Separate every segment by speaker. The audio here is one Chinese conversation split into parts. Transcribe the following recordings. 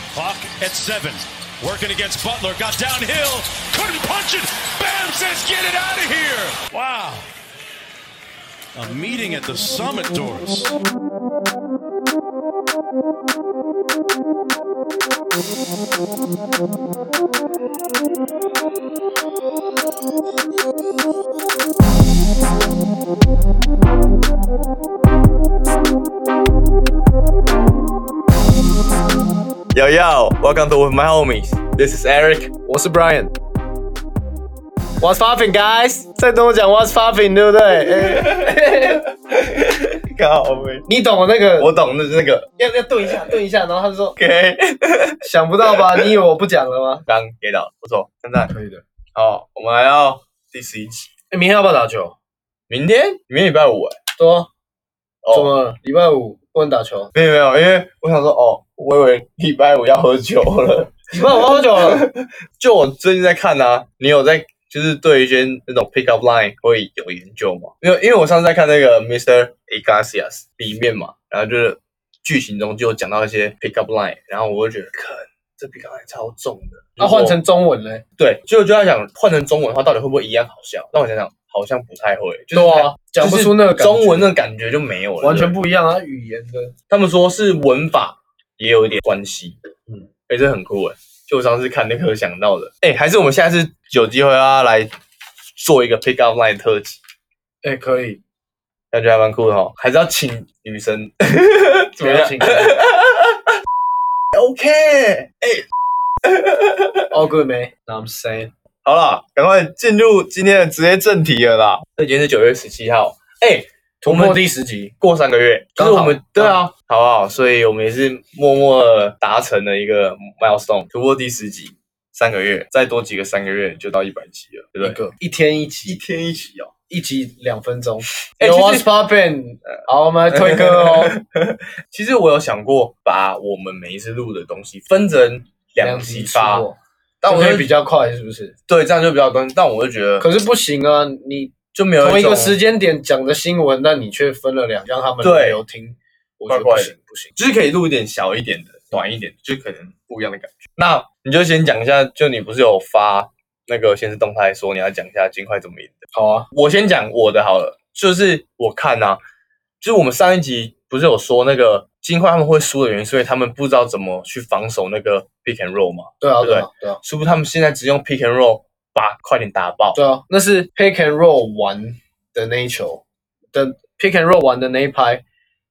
Speaker 1: Clock at seven. Working against Butler. Got downhill. Couldn't punch it. Bam says, get it out of here. Wow. A meeting at the summit doors.
Speaker 2: Yo yo, welcome to with my homies. This is Eric，我是 Brian。
Speaker 3: What's popping, guys？在跟我讲 What's popping，对 不对？哎
Speaker 2: 靠呗，
Speaker 3: 你懂我那个，
Speaker 2: 我懂的是那 个。
Speaker 3: 要要顿一下，顿一下，然后他就说
Speaker 2: OK，
Speaker 3: 想不 到吧？你以为我不讲了吗？
Speaker 2: 刚给到，不错，现在
Speaker 3: 可以的。
Speaker 2: 好，我们来到第十一集。
Speaker 3: 哎，明天要不要打球？
Speaker 2: 明天，明天礼拜五哎。
Speaker 3: 说、啊，怎
Speaker 2: 哦，
Speaker 3: 么了？礼拜五不能打球？
Speaker 2: 没有没有，因为我想说，哦，我以为礼拜五要喝酒了。
Speaker 3: 礼拜五要喝酒 了？
Speaker 2: 就我最近在看啊，你有在就是对一些那种 pickup line 会有研究吗？因为因为我上次在看那个 Mr. Iglesias 里面嘛，然后就是剧情中就有讲到一些 pickup line，然后我就觉得，看这 pickup line 超重的，
Speaker 3: 那、啊换成中文嘞？
Speaker 2: 对，就就在想换成中文的话，到底会不会一样好笑？但我想想，好像不太会，就是
Speaker 3: 对啊，讲不出那
Speaker 2: 就是
Speaker 3: 个感觉
Speaker 2: 中文那个感觉就没有了，
Speaker 3: 完全
Speaker 2: 对
Speaker 3: 不一样啊，语言的。
Speaker 2: 他们说是文法也有一点关系，嗯
Speaker 3: 嗯，
Speaker 2: 哎、这很酷哎，就我上次看那个想到的，哎、还是我们下次有机会要来做一个 pick up line 特辑，
Speaker 3: 哎、可以，
Speaker 2: 感觉还蛮酷的哦，还是要请女生，怎
Speaker 3: 不
Speaker 2: 么
Speaker 3: 要
Speaker 2: 样
Speaker 3: 请。
Speaker 2: ？OK，哎、
Speaker 3: All good, man. I'm saying.
Speaker 2: 好啦，赶快进入今天的直接正题了啦，这已经是九月十七号，哎、
Speaker 3: 突
Speaker 2: 我
Speaker 3: 破
Speaker 2: 们
Speaker 3: 第十集，
Speaker 2: 过三个月，就是我
Speaker 3: 刚
Speaker 2: 们
Speaker 3: 好
Speaker 2: 对啊，好不好？所以我们也是默默地达成了一个 milestone，突破第十集，三个月，再多几个三个月就到一百集了，对
Speaker 3: 一
Speaker 2: 不对？
Speaker 3: 个一天一集，
Speaker 2: 天一集哦，
Speaker 3: 一集两分钟。
Speaker 2: 哎
Speaker 3: 有
Speaker 2: 其实
Speaker 3: What's popping？好，我们来 推歌哦。
Speaker 2: 其实我有想过把我们每一次录的东西分成两集
Speaker 3: 出
Speaker 2: 发，
Speaker 3: 哦，
Speaker 2: 但
Speaker 3: 就
Speaker 2: 我
Speaker 3: 可
Speaker 2: 就
Speaker 3: 以比较快，是不是？
Speaker 2: 对这样就比较端，但我就觉得
Speaker 3: 可是不行啊，你
Speaker 2: 就没有
Speaker 3: 同一
Speaker 2: 种
Speaker 3: 个时间点讲的新闻，但你却分了两，让他们
Speaker 2: 对
Speaker 3: 轮流听，我觉得
Speaker 2: 怪怪
Speaker 3: 不
Speaker 2: 的
Speaker 3: 行不行。
Speaker 2: 就是可以录一点小一点的、短一点的，就可能不一样的感觉。那你就先讲一下，就你不是有发那个现实动态说你要讲一下金块怎么赢的？
Speaker 3: 好啊，
Speaker 2: 我先讲我的好了，就是我看啊，就是我们上一集不是有说那个金块他们会输的原因，所以他们不知道怎么去防守那个 pick and roll 嘛，
Speaker 3: 对啊，
Speaker 2: 对
Speaker 3: 对啊，对啊，
Speaker 2: 是不是他们现在只用 pick and roll 把快点打爆？
Speaker 3: 对啊，那是 pick and roll 玩的那一球的 pick and roll 玩的那一拍，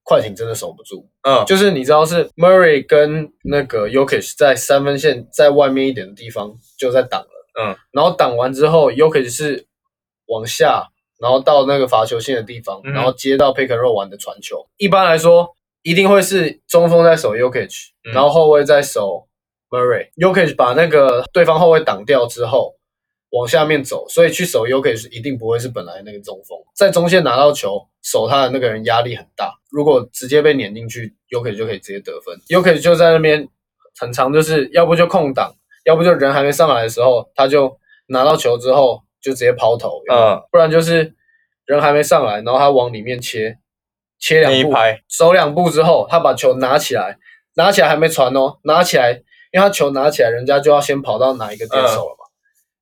Speaker 3: 快艇真的守不住。
Speaker 2: 嗯，就
Speaker 3: 就是你知道是 Murray 跟那个 Yokich 在三分线在外面一点的地方就在挡了，
Speaker 2: 嗯，
Speaker 3: 然后挡完之后 Yokich 是往下，然后到那个罚球线的地方，
Speaker 2: 嗯
Speaker 3: 然后接到 Pick and Roll 玩的传球。一般来说，一定会是中锋在守 Yokich，、
Speaker 2: 嗯
Speaker 3: 然后后卫在守 Murray。Yokich 把那个对方后卫挡掉之后。往下面走，所以去守 UK 是一定不会是本来那个中锋，在中线拿到球守他的那个人压力很大，如果直接被撵进去，UK 就可以直接得分。UK 就在那边很长，就是要不就空档，要不就人还没上来的时候，他就拿到球之后就直接抛投，
Speaker 2: 嗯，
Speaker 3: 不然就是人还没上来，然后他往里面切，切
Speaker 2: 那一
Speaker 3: 两步，
Speaker 2: 拍
Speaker 3: 守两步之后，他把球拿起来，拿起来还没传哦，拿起来，因为他球拿起来，人家就要先跑到哪一个点手了嘛。
Speaker 2: 嗯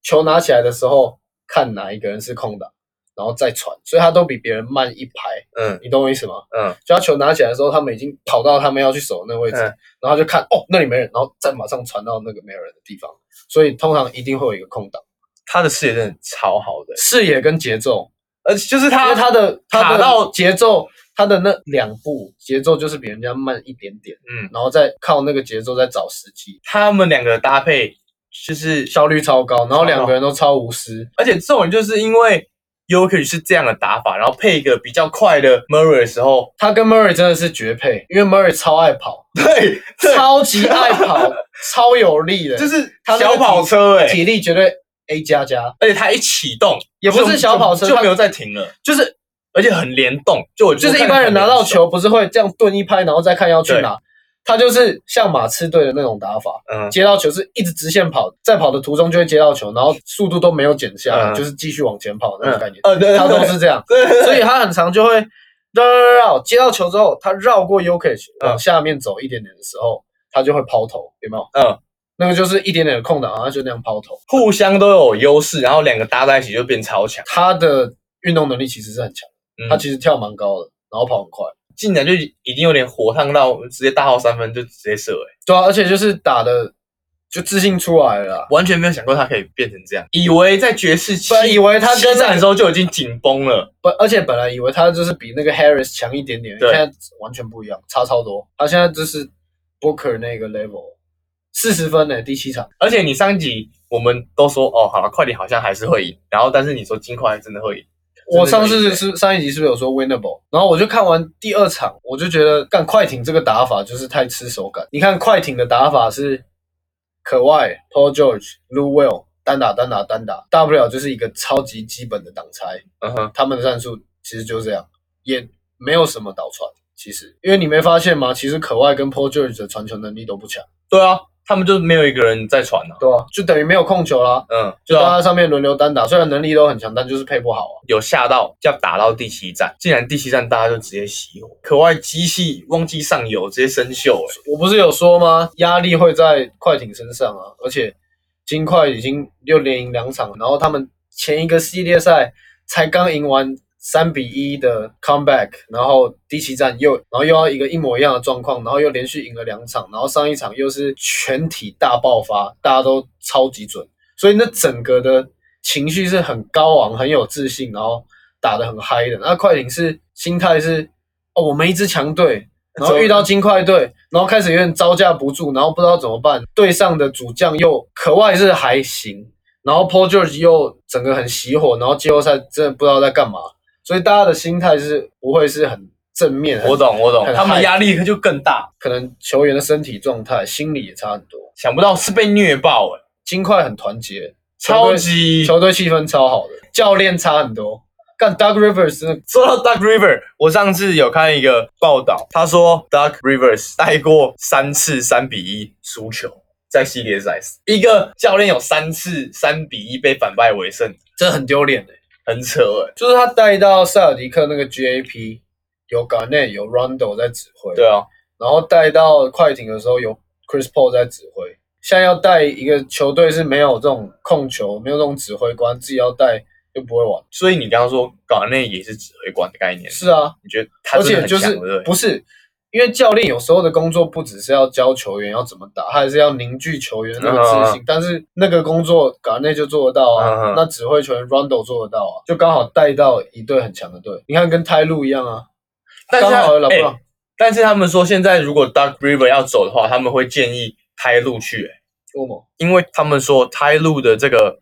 Speaker 3: 球拿起来的时候，看哪一个人是空档，然后再传，所以他都比别人慢一拍，
Speaker 2: 嗯
Speaker 3: 你懂我意思吗？
Speaker 2: 嗯，
Speaker 3: 就他球拿起来的时候，他们已经跑到他们要去守的那个位置，
Speaker 2: 嗯
Speaker 3: 然后他就看哦那里没人，然后再马上传到那个没有人的地方，所以通常一定会有一个空档，
Speaker 2: 他的视野真的超好的，
Speaker 3: 视野跟节奏，
Speaker 2: 而且就是
Speaker 3: 因
Speaker 2: 他
Speaker 3: 为他的他
Speaker 2: 卡
Speaker 3: 的
Speaker 2: 到
Speaker 3: 节奏，他的那两步节奏就是比人家慢一点点，
Speaker 2: 嗯，
Speaker 3: 然后再靠那个节奏再找时机，
Speaker 2: 他们两个搭配就是
Speaker 3: 效率超高，然后两个人都超无私，
Speaker 2: 而且这种就是因为 Yoki 是这样的打法，然后配一个比较快的 Murray 的时 候，
Speaker 3: 他跟 Murray 真的是绝配，因为 Murray 超爱跑，
Speaker 2: 对， 对，
Speaker 3: 超级爱 跑，超有力的，
Speaker 2: 就是
Speaker 3: 他那个
Speaker 2: 小跑车哎、
Speaker 3: 体力绝对 A 加加，
Speaker 2: 而且他一启动
Speaker 3: 也不
Speaker 2: 就是
Speaker 3: 小跑车，
Speaker 2: 就
Speaker 3: 他
Speaker 2: 没有再停了，就是而且很联动，就我
Speaker 3: 就是一般人拿到，球不是会这样顿一拍，然后再看要去哪，他就是像马刺队的那种打法。
Speaker 2: 嗯，
Speaker 3: 接到球是一直直线跑，在跑的途中就会接到球，然后速度都没有减下来，
Speaker 2: 嗯
Speaker 3: 就是继续往前跑那种概念。
Speaker 2: 呃，对，
Speaker 3: 他都是这样，
Speaker 2: 对，
Speaker 3: 所以他很常就会绕绕绕绕，接到球之后，他绕过 UK
Speaker 2: 嗯
Speaker 3: 往下面走一点点的时候，他就会抛投，有没有？
Speaker 2: 嗯，
Speaker 3: 那个就是一点点的空档，然后他就那样抛投。
Speaker 2: 互相都有优势，然后两个搭在一起就变超强。
Speaker 3: 他的运动能力其实是很强，
Speaker 2: 嗯
Speaker 3: 他其实跳蛮高的，然后跑很快。
Speaker 2: 进来就已经有点火烫到，直接大号三分就直接射、欸，
Speaker 3: 对啊，而且就是打的就自信出来了啊啦。
Speaker 2: 完全没有想过他可以变成这样。以为在爵士七，
Speaker 3: 本以为他
Speaker 2: 七
Speaker 3: 跟
Speaker 2: 战的时候就已经紧绷了，
Speaker 3: 本而且本来以为他就是比那个 Harris 强一点点，
Speaker 2: 对
Speaker 3: 现在完全不一样，差超多。他现在就是 Booker 那个 level，四十分呢、第七场。
Speaker 2: 而且你上一集我们都说哦，好了，快点好像还是会赢，然后但是你说金块真的会赢，
Speaker 3: 我上次
Speaker 2: 真的
Speaker 3: 是
Speaker 2: 会赢
Speaker 3: 是上一集是不是有说 winnable？然后我就看完第二场，我就觉得干快艇这个打法就是太吃手感。你看快艇的打法是可外 Paul George、Lou Will 单打单打单打，大不了就是一个超级基本的挡拆。
Speaker 2: 嗯哼，
Speaker 3: 他们的战术其实就这样，也没有什么倒传。其实，因为你没发现吗？其实可外跟 Paul George 的传球能力都不强，
Speaker 2: 对啊，他们就没有一个人在传啊，
Speaker 3: 对啊，就等于没有控球啦。
Speaker 2: 嗯，
Speaker 3: 就
Speaker 2: 对
Speaker 3: 大
Speaker 2: 啊，
Speaker 3: 家上面轮流单打，虽然能力都很强，但就是配不好啊。
Speaker 2: 有吓到，要打到第七站，竟然第七站大家就直接熄火，可外机器忘记上游，直接生 锈、欸，
Speaker 3: 我不是有说吗？压力会在快艇身上啊，而且金块已经又连赢两场，然后他们前一个系列赛才刚赢完三比一的 comeback，然后第七战又，然后又要一个一模一样的状况，然后又连续赢了两场，然后上一场又是全体大爆发，大家都超级准，所以那整个的情绪是很高昂、很有自信，然后打得很嗨的。那快艇是心态是哦，我们一支强队，然后遇到金块队，然后开始有点招架不住，然后不知道怎么办。队上的主将又可外是还行，然后 Paul George 又整个很熄火，然后季后赛真的不知道在干嘛，所以大家的心态是不会是很正面。很
Speaker 2: 我，懂，我懂，
Speaker 3: 很
Speaker 2: 他们
Speaker 3: 嗨
Speaker 2: 压力就更大，
Speaker 3: 可能球员的身体状态、心理也差很多。
Speaker 2: 想不到是被虐爆、欸，
Speaker 3: 金块很团结，
Speaker 2: 超级。
Speaker 3: 球队气氛超好的，教练差很多。干 Doug Rivers 真的
Speaker 2: 说到 Doug River，我上次有看一个报道，他说 Doug Rivers 带过三次三比一输球，在系列赛，一个教练有三次三比一被反败为胜，
Speaker 3: 真的很丢脸的，欸
Speaker 2: 很扯哎、
Speaker 3: 就是他带到塞尔迪克那个 GAP，有 Garnett 有 Rondo 在指挥，
Speaker 2: 对啊，
Speaker 3: 然后带到快艇的时候有 Chris Paul 在指挥。现在要带一个球队是没有这种控球，没有这种指挥官，自己要带就不会玩。
Speaker 2: 所以你刚刚说港内也是指挥官的概念，
Speaker 3: 是啊，
Speaker 2: 你觉得他
Speaker 3: 而
Speaker 2: 真的
Speaker 3: 且
Speaker 2: 很
Speaker 3: 就
Speaker 2: 强，
Speaker 3: 是
Speaker 2: 对不对？
Speaker 3: 不是因为教练有时候的工作不只是要教球员要怎么打，他还是要凝聚球员的那个自信。但是那个工作港内就做得到啊，
Speaker 2: 嗯嗯
Speaker 3: 那指挥球员 Rondo 做得到啊，就刚好带到一队很强的队。你看跟泰路一样啊，
Speaker 2: 但是
Speaker 3: 刚
Speaker 2: 他
Speaker 3: 好老布
Speaker 2: 哎
Speaker 3: 朗
Speaker 2: 但是他们说现在如果 Doug River 要走的话，他们会建议开路去、欸
Speaker 3: 多么
Speaker 2: 因为他们说泰路的这个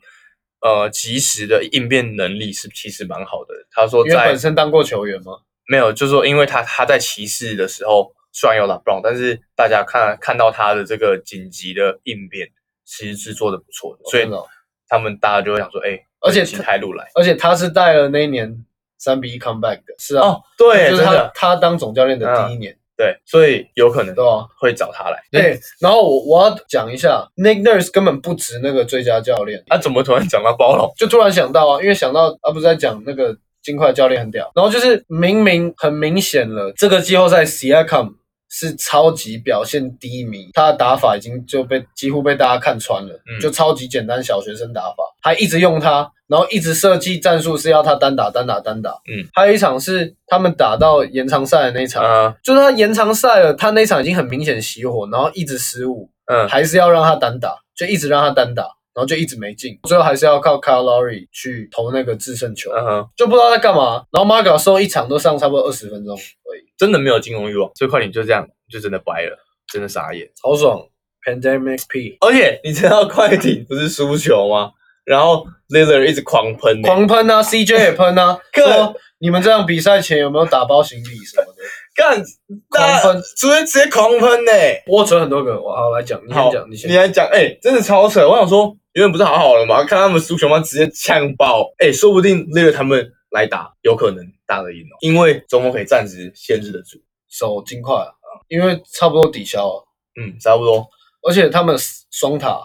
Speaker 2: 呃及时的应变能力是其实蛮好的。他说
Speaker 3: 因为
Speaker 2: 在
Speaker 3: 本身当过球员嘛，
Speaker 2: 没有，就是说因为他他在骑士的时候虽然有打 b r 但是大家看看到他的这个紧急的应变，其实是做的不错的，所以
Speaker 3: 真的哦
Speaker 2: 他们大家就会想说，哎、
Speaker 3: 而且
Speaker 2: 请泰路来
Speaker 3: 而且他是带了那一年三比一 comeback 的，是啊，
Speaker 2: 哦，对，
Speaker 3: 就
Speaker 2: 真
Speaker 3: 是他
Speaker 2: 的嗯
Speaker 3: 他当总教练的第一年，
Speaker 2: 对，所以有可能
Speaker 3: 对吧、
Speaker 2: 会找他来。
Speaker 3: 对，然后我我要讲一下，Nick Nurse 根本不值那个最佳教练，
Speaker 2: 啊他、怎么突然讲到包容？
Speaker 3: 就突然想到啊，因为想到啊，不是在讲那个金块教练很屌，然后就是明明很明显了，这个季后赛 Siakam 是超级表现低迷，他的打法已经就被几乎被大家看穿了，
Speaker 2: 嗯
Speaker 3: 就超级简单小学生打法，还一直用他，然后一直设计战术是要他单打单打单打，
Speaker 2: 嗯，
Speaker 3: 还有一场是他们打到延长赛的那一场，
Speaker 2: 嗯
Speaker 3: 就是他延长赛了，他那一场已经很明显熄火，然后一直失误，
Speaker 2: 嗯，
Speaker 3: 还是要让他单打，就一直让他单打，然后就一直没进，最后还是要靠 Kyle Lowry 去投那个制胜球，
Speaker 2: 嗯哼，
Speaker 3: 就不知道在干嘛。然后 m a r g a 说一场都上差不多二十分钟而已，
Speaker 2: 真的没有进攻欲望，所以快点就这样，就真的掰了，真的傻眼。
Speaker 3: 好爽。Pandemic P
Speaker 2: 而且你知道快艇不是输球吗？然后 Lillard 一直狂喷、欸，
Speaker 3: 狂喷啊，CJ 也喷啊，
Speaker 2: 干
Speaker 3: 说你们这样比赛前有没有打包行李什 么的？
Speaker 2: 干
Speaker 3: 狂喷
Speaker 2: 大家直接直接狂喷呢、欸。
Speaker 3: 我存很多个，我好来讲，你
Speaker 2: 好
Speaker 3: 先讲，，你先
Speaker 2: 你。来讲，哎、真的超扯。我想说，原本不是好好的嘛，看他们输球嘛，直接呛爆。哎、说不定 Lillard 他们来打，有可能打得赢哦，因为中锋可以暂时限制得住。
Speaker 3: 手金块啊，因为差不多抵消了，
Speaker 2: 嗯，差不多。
Speaker 3: 而且他们双塔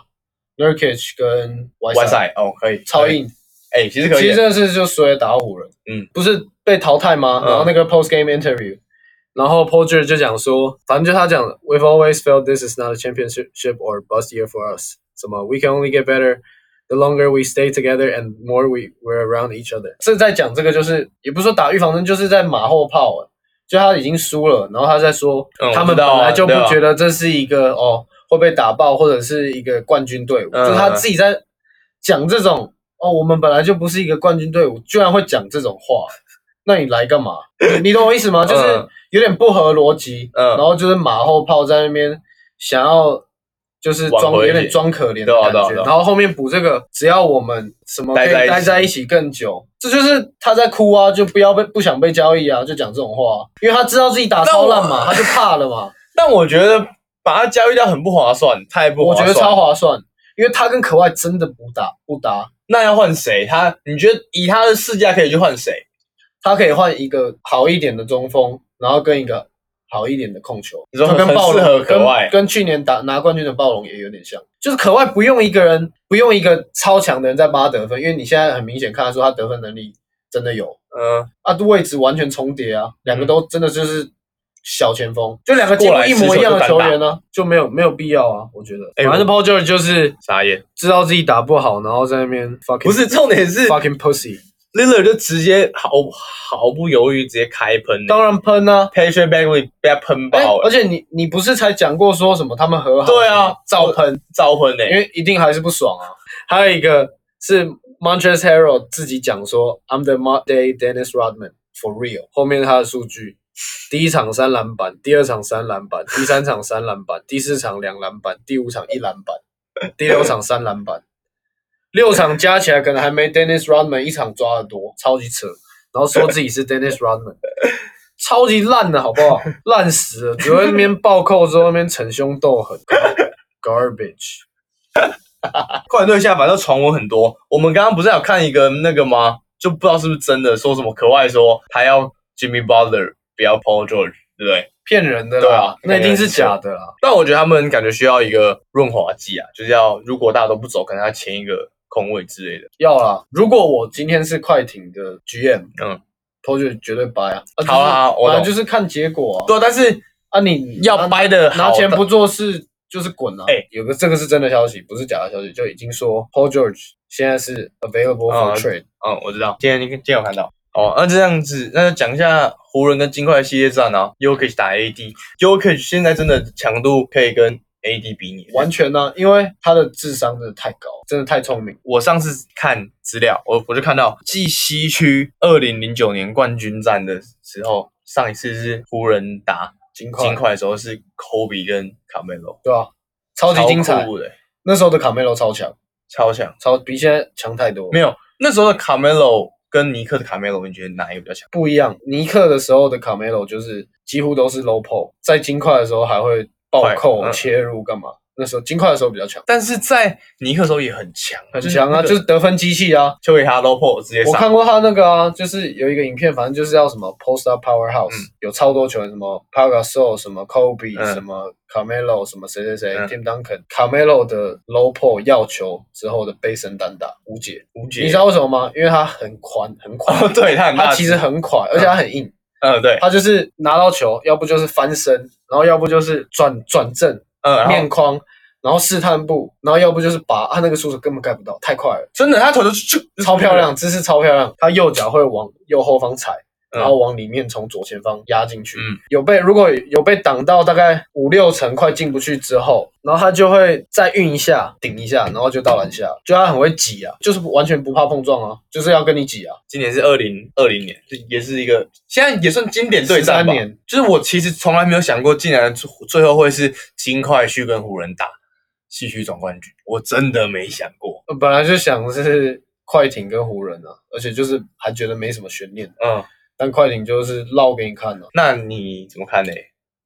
Speaker 3: Nurkic 跟 Y
Speaker 2: 完赛哦，可以，
Speaker 3: 超
Speaker 2: 可以。
Speaker 3: 硬，
Speaker 2: 哎、其实可
Speaker 3: 其
Speaker 2: 以
Speaker 3: 实，这次就输给打湖人，
Speaker 2: 嗯，
Speaker 3: 不是被淘汰吗？
Speaker 2: 嗯
Speaker 3: 然后那个 post game interview，然后 Porter 就讲说，反正就他讲的，We've always felt this is not a championship or bust year for us。什么，We can only get better the longer we stay together and more we we're around each other。这在讲这个就是，也不是说打预防针，就是在马后炮、欸。就他已经输了，然后他在说，
Speaker 2: 嗯
Speaker 3: 他
Speaker 2: 我知
Speaker 3: 们本
Speaker 2: 道啊
Speaker 3: 来就不
Speaker 2: 对啊
Speaker 3: 觉得这是一个、哦会被打爆或者是一个冠军队伍，
Speaker 2: 嗯
Speaker 3: 就他自己在讲这种哦，我们本来就不是一个冠军队伍，居然会讲这种话，那你来干嘛？你你懂我意 思吗？就是
Speaker 2: 嗯
Speaker 3: 有点不合逻辑，
Speaker 2: 嗯
Speaker 3: 然后就是马后炮在那边想要就是
Speaker 2: 挽
Speaker 3: 装
Speaker 2: 回
Speaker 3: 有
Speaker 2: 一
Speaker 3: 点
Speaker 2: 点
Speaker 3: 装可怜的
Speaker 2: 对啊
Speaker 3: 感
Speaker 2: 对啊
Speaker 3: 觉，
Speaker 2: 对啊
Speaker 3: 然后后面补这个，只要我们什么可
Speaker 2: 待
Speaker 3: 以
Speaker 2: 在一起
Speaker 3: 待在一起更久，这就是他在哭啊，就不要被不想被交易啊，就讲这种话啊、因为他知道自己打超烂
Speaker 2: 那我
Speaker 3: 嘛，他就怕了嘛，
Speaker 2: 但我觉得把他交易掉很不划算，太 不
Speaker 3: 我
Speaker 2: 划
Speaker 3: 觉
Speaker 2: 算。
Speaker 3: 得超划算，因为他跟可外真的不搭不搭，
Speaker 2: 那要换谁？他你觉得以他的市价可以去换谁？
Speaker 3: 他可以换一个好一点的中锋，然后跟一个好一点的控球，
Speaker 2: 你说
Speaker 3: 就跟
Speaker 2: 很
Speaker 3: 暴
Speaker 2: 适合
Speaker 3: 龙
Speaker 2: 可外
Speaker 3: 跟跟去年打拿冠军的暴龙也有点像，就是可外不用一个人，不用一个超强的人在帮他得分，因为你现在很明显看得出他得分能力真的有
Speaker 2: 嗯，
Speaker 3: 啊，位置完全重叠啊，两个都真的就是。小前锋就两个几
Speaker 2: 过
Speaker 3: 乎
Speaker 2: 来
Speaker 3: 一模一样的
Speaker 2: 持球
Speaker 3: 球
Speaker 2: 就单打
Speaker 3: 员呢、就没有没有必要啊，我觉得。
Speaker 2: 哎
Speaker 3: 反正 Paul George 就是
Speaker 2: 傻眼。
Speaker 3: 知道自己打不好，然后在那边 fucking
Speaker 2: 不 是重点是
Speaker 3: fucking pussy，
Speaker 2: Lillard 就直接毫毫不犹豫直接开喷欸，
Speaker 3: 当然喷啊，
Speaker 2: Patrick Bagley 被他喷
Speaker 3: 哎
Speaker 2: 爆
Speaker 3: 而
Speaker 2: 了，
Speaker 3: 且你你不是才讲过说什么他们和好？
Speaker 2: 对啊
Speaker 3: 照喷，欸
Speaker 2: 遭喷呢
Speaker 3: 因。为一定还是不爽啊。还有一个是 Montrezl Harrell 自己讲说，I'm the modern Dennis Rodman for real。后面他的数据，第一场三篮板，第二场三篮板，第三场三篮板，第四场两篮板，第五场一篮板，第六场三篮板，六场加起来可能还没 Dennis Rodman 一场抓的多，超级扯。然后说自己是 Dennis Rodman。超级烂的好不好？烂死了，只会那边暴扣之后那边逞凶斗狠，garbage。
Speaker 2: 快队下反正传闻很多，我们刚刚不是还有看一个那个吗？就不知道是不是真的，说什么可外说他要 Jimmy Butler 不要 Paul George，对不对？
Speaker 3: 骗人的
Speaker 2: 对
Speaker 3: 啦
Speaker 2: 啊，
Speaker 3: 那一定是假的啦。
Speaker 2: 但我觉得他们感觉需要一个润滑剂啊，就是要如果大家都不走，可能要签一个空位之类的。
Speaker 3: 要啦，如果我今天是快艇的 GM，
Speaker 2: 嗯，
Speaker 3: 投就绝对掰啊。啊
Speaker 2: 好啊
Speaker 3: 就是
Speaker 2: 我懂
Speaker 3: 反正就是看结果啊。
Speaker 2: 对啊，但是
Speaker 3: 啊，你
Speaker 2: 要
Speaker 3: 拿
Speaker 2: 掰的
Speaker 3: 拿
Speaker 2: 好，
Speaker 3: 钱
Speaker 2: 但
Speaker 3: 不做事就是滚啊。
Speaker 2: 哎
Speaker 3: 有个这个是真的消息，不是假的消息，就已经说 Paul George 现在是 available
Speaker 2: 啊
Speaker 3: for trade。
Speaker 2: 嗯，我知道。今天今天有看到。哦，那这样子，那就讲一下湖人跟金块系列战啊。Yokic 打 AD，Yokic 现在真的强度可以跟 AD 比拟。
Speaker 3: 完全呢、因为他的智商真的太高，真的太聪明。
Speaker 2: 我上次看资料，我我就看到，继西区二零零九年冠军战的时候，上一次是湖人打
Speaker 3: 金块，
Speaker 2: 金块的时候是 Kobe 跟卡梅罗，
Speaker 3: 对啊，超级精彩
Speaker 2: 超。酷的，
Speaker 3: 那时候的卡梅罗超强，
Speaker 2: 超强。
Speaker 3: 超比现在强太多。
Speaker 2: 没有，那时候的卡梅罗跟尼克的卡梅罗，你觉得哪一个比较强？
Speaker 3: 不一样，尼克的时候的卡梅罗就是几乎都是 low pull，在金块的时候还会暴扣、
Speaker 2: 快嗯
Speaker 3: 切入干嘛？那时候金块的时候比较强，
Speaker 2: 但是在尼克的时候也很强，
Speaker 3: 很强啊，
Speaker 2: 那个
Speaker 3: 就是得分机器啊。
Speaker 2: 就给他 low p 直接
Speaker 3: 我
Speaker 2: 上。
Speaker 3: 看过他那个啊，就是有一个影片，反正就是要什么 post up powerhouse，、
Speaker 2: 嗯
Speaker 3: 有超多球员，什么 p a g a s o 什么 Kobe，、
Speaker 2: 嗯
Speaker 3: 什么 Carmelo，什么谁谁谁、
Speaker 2: 嗯
Speaker 3: Tim Duncan，Carmelo 的 low pull 要球之后的背身单打无解，
Speaker 2: 无解
Speaker 3: 你知道为什么吗？因为他很宽，很宽，
Speaker 2: 哦，对他很大
Speaker 3: 他
Speaker 2: 只，
Speaker 3: 其实很快，而且他很硬。
Speaker 2: 嗯对，
Speaker 3: 他就是拿到球，要不就是翻身，然后要不就是转转正
Speaker 2: 嗯，然
Speaker 3: 面
Speaker 2: 后
Speaker 3: 框，然后试探步，然后要不就是把啊他那个出手根本盖不到，太快了，
Speaker 2: 真的他投的就就
Speaker 3: 超漂亮，姿势超漂亮。他右脚会往右后方踩，
Speaker 2: 嗯
Speaker 3: 然后往里面从左前方压进去。
Speaker 2: 嗯
Speaker 3: 有被如果有被挡到大概五六层快进不去之后，然后他就会再运一下顶一下，然后就到篮下，就他很会挤啊，就是完全不怕碰撞啊，就是要跟你挤啊。
Speaker 2: 今年是二零二零年，这也是一个现在也算经典对战吧
Speaker 3: 13年。
Speaker 2: 就是我其实从来没有想过，竟然最最后会是金块区跟湖人打西区总冠军，我真的没想过。
Speaker 3: 我本来就想是快艇跟湖人啊，而且就是还觉得没什么悬念，
Speaker 2: 嗯，
Speaker 3: 但快艇就是绕给你看了、
Speaker 2: 那你怎么看呢？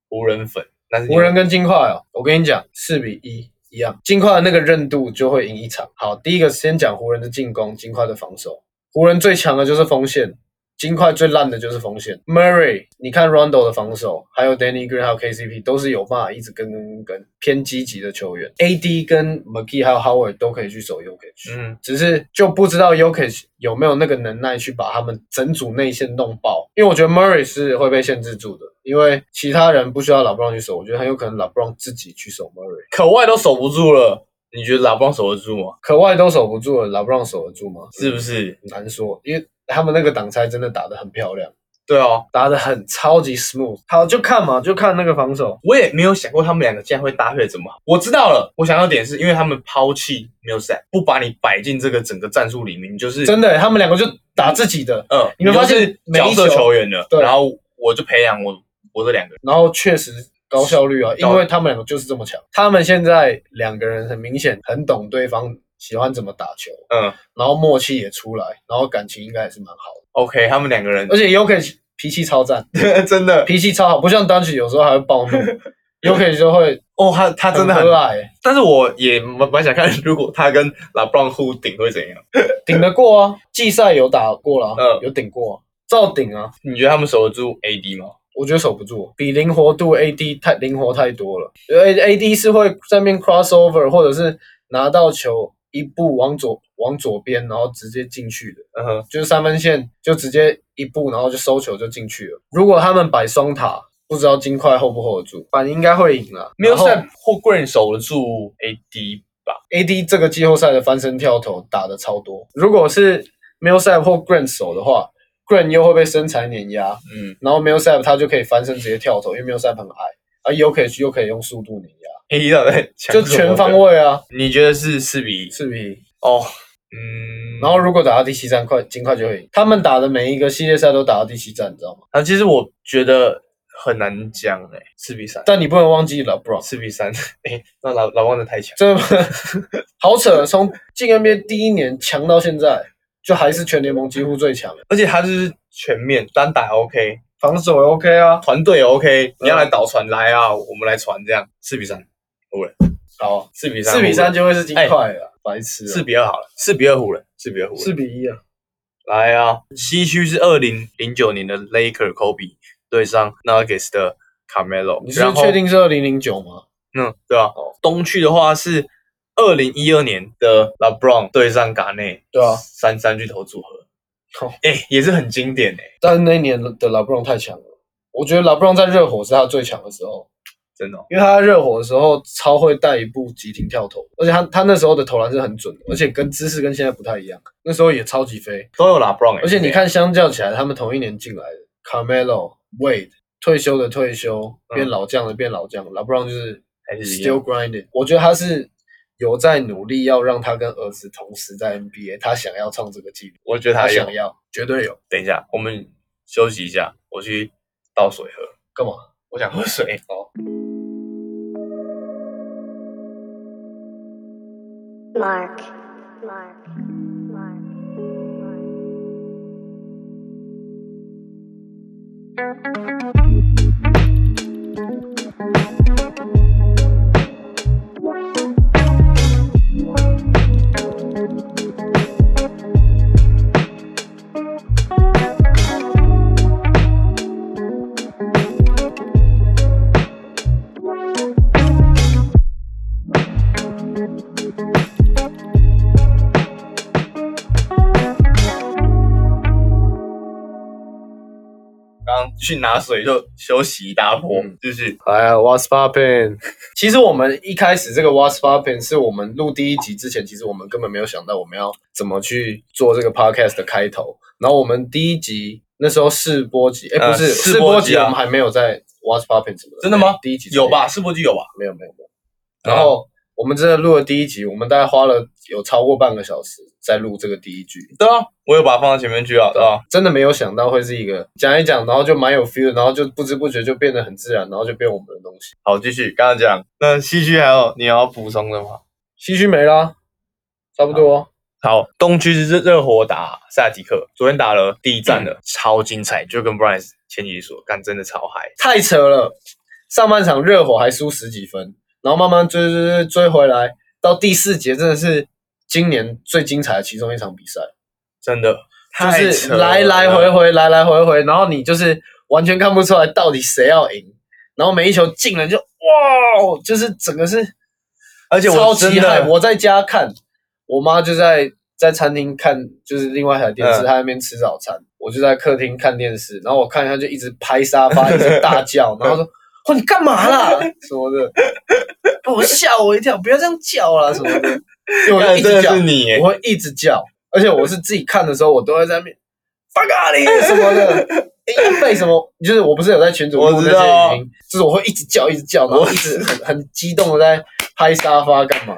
Speaker 2: 湖人粉，但是你
Speaker 3: 湖人跟金块哦，我跟你讲，四比一一样，金块的那个韧度就会赢一场。好，第一个先讲湖人的进攻，金块的防守。湖人最强的就是锋线，金块最烂的就是锋线，Murray，你看 Rondo 的防守，还有 Danny Green 还有 KCP 都是有办法一直跟跟跟跟偏积极的球员，AD 跟 McGee 还有 Howard 都可以去守 u k i
Speaker 2: 嗯，
Speaker 3: 只是就不知道 Yokich 有没有那个能耐去把他们整组内线弄爆，因为我觉得 Murray 是会被限制住的，因为其他人不需要 LeBron 去守，我觉得很有可能 LeBron 自己去守 Murray，
Speaker 2: 可外都守不住了，你觉得拉邦守得住吗？
Speaker 3: 可外都守不住了，LeBron 守得住吗？
Speaker 2: 是不是？
Speaker 3: 很难说，因为他们那个挡拆真的打得很漂亮，
Speaker 2: 对啊，
Speaker 3: 打得很超级 smooth。好，就看嘛，就看那个防守。
Speaker 2: 我也没有想过他们两个竟然会搭配得这么好。我知道了，我想要点是因为他们抛弃 m i l s a p 不把你摆进这个整个战术里面，你就是
Speaker 3: 真的，他们两个就打自己的，
Speaker 2: 嗯，
Speaker 3: 你们
Speaker 2: 就
Speaker 3: 发现
Speaker 2: 是
Speaker 3: 每一
Speaker 2: 角色
Speaker 3: 球
Speaker 2: 球员的，
Speaker 3: 对
Speaker 2: 然后我就培养我我这两个人，
Speaker 3: 然后确实高效率啊，
Speaker 2: 高
Speaker 3: 因为他们两个就是这么强。他们现在两个人很明显很懂对方喜欢怎么打球，
Speaker 2: 嗯
Speaker 3: 然后默契也出来，然后感情应该也是蛮好的。
Speaker 2: ，OK，他们两 个人
Speaker 3: 而且 y o k i 脾气超赞，
Speaker 2: 真的
Speaker 3: 脾气超好，不像单曲有时候还会暴 怒 y o k i 就会
Speaker 2: 哦，他他真的很
Speaker 3: 很，和啊蔼，欸
Speaker 2: 但是我也蛮蛮想看，如果他跟 LeBron 互顶会怎样？
Speaker 3: 顶得过啊。季赛有打过了、啊，
Speaker 2: 嗯
Speaker 3: 有顶过、啊，照顶啊。
Speaker 2: 你觉得他们守得住 AD 吗？
Speaker 3: 我觉得守不住，比灵活度 AD 太灵活太多了。A 呃 AD 是会在面 crossover，或者是拿到球一步往左往左边，然后直接进去的，
Speaker 2: 嗯哼，
Speaker 3: 就是三分线就直接一步，然后就收球就进去了。如果他们摆双塔，不知道金块 hold 不 hold 得住，反正应该会赢啊。
Speaker 2: 没有
Speaker 3: 然后
Speaker 2: 在或 Green 守得住 AD 吧？
Speaker 3: AD 这个季后赛的翻身跳投打的超多，如果是 m i l s a p 或 Grant 守的话，Grant 又会被身材碾压，
Speaker 2: 嗯
Speaker 3: 然后 m i l s a p 他就可以翻身直接跳投，因为 m i l s a p 很矮，而 u k i 又可以用速度碾压，
Speaker 2: ，AD 到底在抢
Speaker 3: 就
Speaker 2: 什么
Speaker 3: 全方
Speaker 2: 的？
Speaker 3: 位啊，
Speaker 2: 你觉得是四比一？
Speaker 3: 四比一。
Speaker 2: 哦，嗯，
Speaker 3: 然后如果打到第七战，快金块就会赢。他们打的每一个系列赛都打到第七战，你知道吗？
Speaker 2: 啊，其实我觉得很难讲诶、四比三，
Speaker 3: 但你不能忘记 LeBron，
Speaker 2: 四比三， 诶，那老老王的太强。
Speaker 3: 真的 好扯，从进 NBA 第一年强到现在，就还是全联盟几乎最强，
Speaker 2: 而且他就是全面单打 OK，
Speaker 3: 防守也 OK 啊。
Speaker 2: 团队也 OK，你要来导传来啊，我们来传这样，四比三，湖人，
Speaker 3: 好，
Speaker 2: 四比三，
Speaker 3: 四比三
Speaker 2: 湖
Speaker 3: 就会是金块了，白痴、
Speaker 2: 人，
Speaker 3: 啊。
Speaker 2: 四比二好了，四比二湖人，四比二湖人，
Speaker 3: 四比一啊，
Speaker 2: 来啊，西区是二零零九年的 Laker Kobe 对上 Nuggets 的 Carmelo，
Speaker 3: 你是
Speaker 2: 然后
Speaker 3: 确定是二零零九吗？
Speaker 2: 嗯，对啊，
Speaker 3: 哦
Speaker 2: 东区的话是二零一二年的 LeBron 对上 g a n e
Speaker 3: 对啊
Speaker 2: 三三巨头组合
Speaker 3: 哦，
Speaker 2: 哎、也是很经典哎、
Speaker 3: 但是那一年的 LeBron 太强了，我觉得 LeBron 在热火是他最强的时候，
Speaker 2: 真的哦、
Speaker 3: 因为他在热火的时候超会带一步急停跳投，而且他他那时候的投篮是很准的，而且跟姿势跟现在不太一样，那时候也超级飞，
Speaker 2: 都有 LeBron 哎、
Speaker 3: 而且你看相较起来，他们同一年进来的 Carmelo、Wade 退休的退休，
Speaker 2: 嗯
Speaker 3: 变老将的变老将、l e b r o n 就是
Speaker 2: 还是一样
Speaker 3: still grinding，我觉得他是。有在努力要让他跟儿子同时在 NBA，他想要创这个纪录，
Speaker 2: 我觉得
Speaker 3: 他
Speaker 2: 他有
Speaker 3: 想。要，绝对有。
Speaker 2: 等一下，我们休息一下，我去倒水喝。
Speaker 3: 干嘛？
Speaker 2: 我想喝水。
Speaker 3: 好，
Speaker 4: Mark. Mark. Mark. Mark.
Speaker 2: 刚刚去拿水就休息一大波，
Speaker 3: 嗯
Speaker 2: 就是
Speaker 3: 哎呀，What's poppin？其 实我们一开始这个 What's poppin 是我们录第一集之前，其实我们根本没有想到我们要怎么去做这个 podcast 的开头。然后我们第一集那时候试播集，哎、
Speaker 2: 呃
Speaker 3: 不是、
Speaker 2: 试
Speaker 3: 试
Speaker 2: 播
Speaker 3: 播
Speaker 2: 集
Speaker 3: 集，
Speaker 2: 啊
Speaker 3: 我们还没有在 What's poppin 什么的。
Speaker 2: 真的吗
Speaker 3: 第一集嗯
Speaker 2: 有？吧？世博就有啊吧？
Speaker 3: 没有没有没有。然后我们真的录了第一集，我们大概花了有超过半个小时在录这个第一句。
Speaker 2: 对啊，我有把它放到前面去啊，对啊，
Speaker 3: 真的没有想到会是一个讲一讲，然后就蛮有 feel，的然后就不知不觉就变得很自然，然后就变我们的东西。
Speaker 2: 好，继续。刚刚讲，那西区还有你要补充的吗？
Speaker 3: 西区没啦，差不多。
Speaker 2: 好，东区是热热火打塞尔提克，昨天打了第一战
Speaker 3: 嗯
Speaker 2: 了，超精彩，就跟 Bryce 前几集说，干真的超嗨。
Speaker 3: 太扯了！上半场热火还输十几分，然后慢慢追追追追回来，到第四节真的是今年最精彩的其中一场比赛。
Speaker 2: 真的，
Speaker 3: 就
Speaker 2: 太
Speaker 3: 是
Speaker 2: 扯
Speaker 3: 来来回
Speaker 2: 了
Speaker 3: 回，来来回回，然后你就是完全看不出来到底谁要赢，然后每一球进了你就哇哦，就是整个是
Speaker 2: 而且
Speaker 3: 超
Speaker 2: 我真
Speaker 3: 级嗨！
Speaker 2: 的
Speaker 3: 我在家看，我妈就在在餐厅看，就是另外一台电视，
Speaker 2: 嗯
Speaker 3: 她在那边吃早餐，我就在客厅看电视，然后我看她就一直拍沙发，一直大 叫，然后说：“哇，你干嘛啦？”什么的，把我吓我一跳，不要这样叫啦什么 的，因为我就一
Speaker 2: 真的
Speaker 3: 直叫
Speaker 2: 是，你耶，
Speaker 3: 我会一直叫，而且我是自己看的时候，我都会在那边 fuck out 你什么的。因为什么？就是我不是有在群主
Speaker 2: 我
Speaker 3: 录那
Speaker 2: 知
Speaker 3: 些
Speaker 2: 道
Speaker 3: 语音，就是我会一直叫，一直叫，然后一直很很激动的在拍沙发干嘛？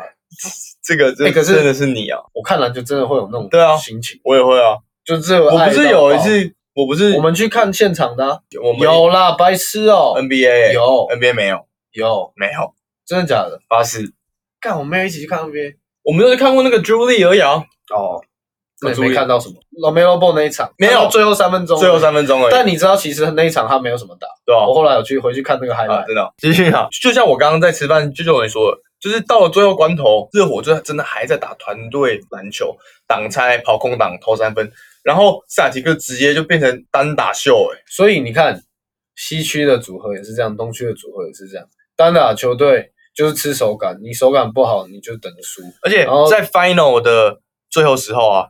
Speaker 2: 这个
Speaker 3: 哎
Speaker 2: 真
Speaker 3: 可是
Speaker 2: 真的是你啊！
Speaker 3: 我看篮球真的会有那种
Speaker 2: 对啊
Speaker 3: 心情，
Speaker 2: 我也会啊，
Speaker 3: 就这个
Speaker 2: 我
Speaker 3: 爱
Speaker 2: 不是
Speaker 3: 到
Speaker 2: 有一
Speaker 3: 爆
Speaker 2: 次，我不是
Speaker 3: 我们去看现场的啊、
Speaker 2: 我们
Speaker 3: 有啦，白痴哦、
Speaker 2: NBA 耶
Speaker 3: 有
Speaker 2: NBA 没有
Speaker 3: 有，
Speaker 2: 没有
Speaker 3: 真的假的？
Speaker 2: 发誓，
Speaker 3: 干，我们有一起去看 NBA
Speaker 2: 我们就是看过那个 Julie 而已啊，
Speaker 3: 哦，
Speaker 2: 我
Speaker 3: 那你
Speaker 2: 注意
Speaker 3: 没看到什么 l o m e l o Ball 那一场
Speaker 2: 没有
Speaker 3: 看到最后三分钟，
Speaker 2: 最后三分钟而已，
Speaker 3: 但你知道，其实那一场他没有什么打。
Speaker 2: 对啊吧
Speaker 3: 我？后来有去回去看那个
Speaker 2: 啊，
Speaker 3: highlight，
Speaker 2: 真的哦，继续啊， 就像我刚刚在吃饭，就像我说的，就是到了最后关头，热火就真的还在打团队篮球，挡拆、跑空档、投三分，然后萨提克直接就变成单打秀、欸，
Speaker 3: 所以你看西区的组合也是这样，东区的组合也是这样。单打球队就是吃手感，你手感不好，你就等着输。
Speaker 2: 而且
Speaker 3: 然后
Speaker 2: 在 final 的最后时候啊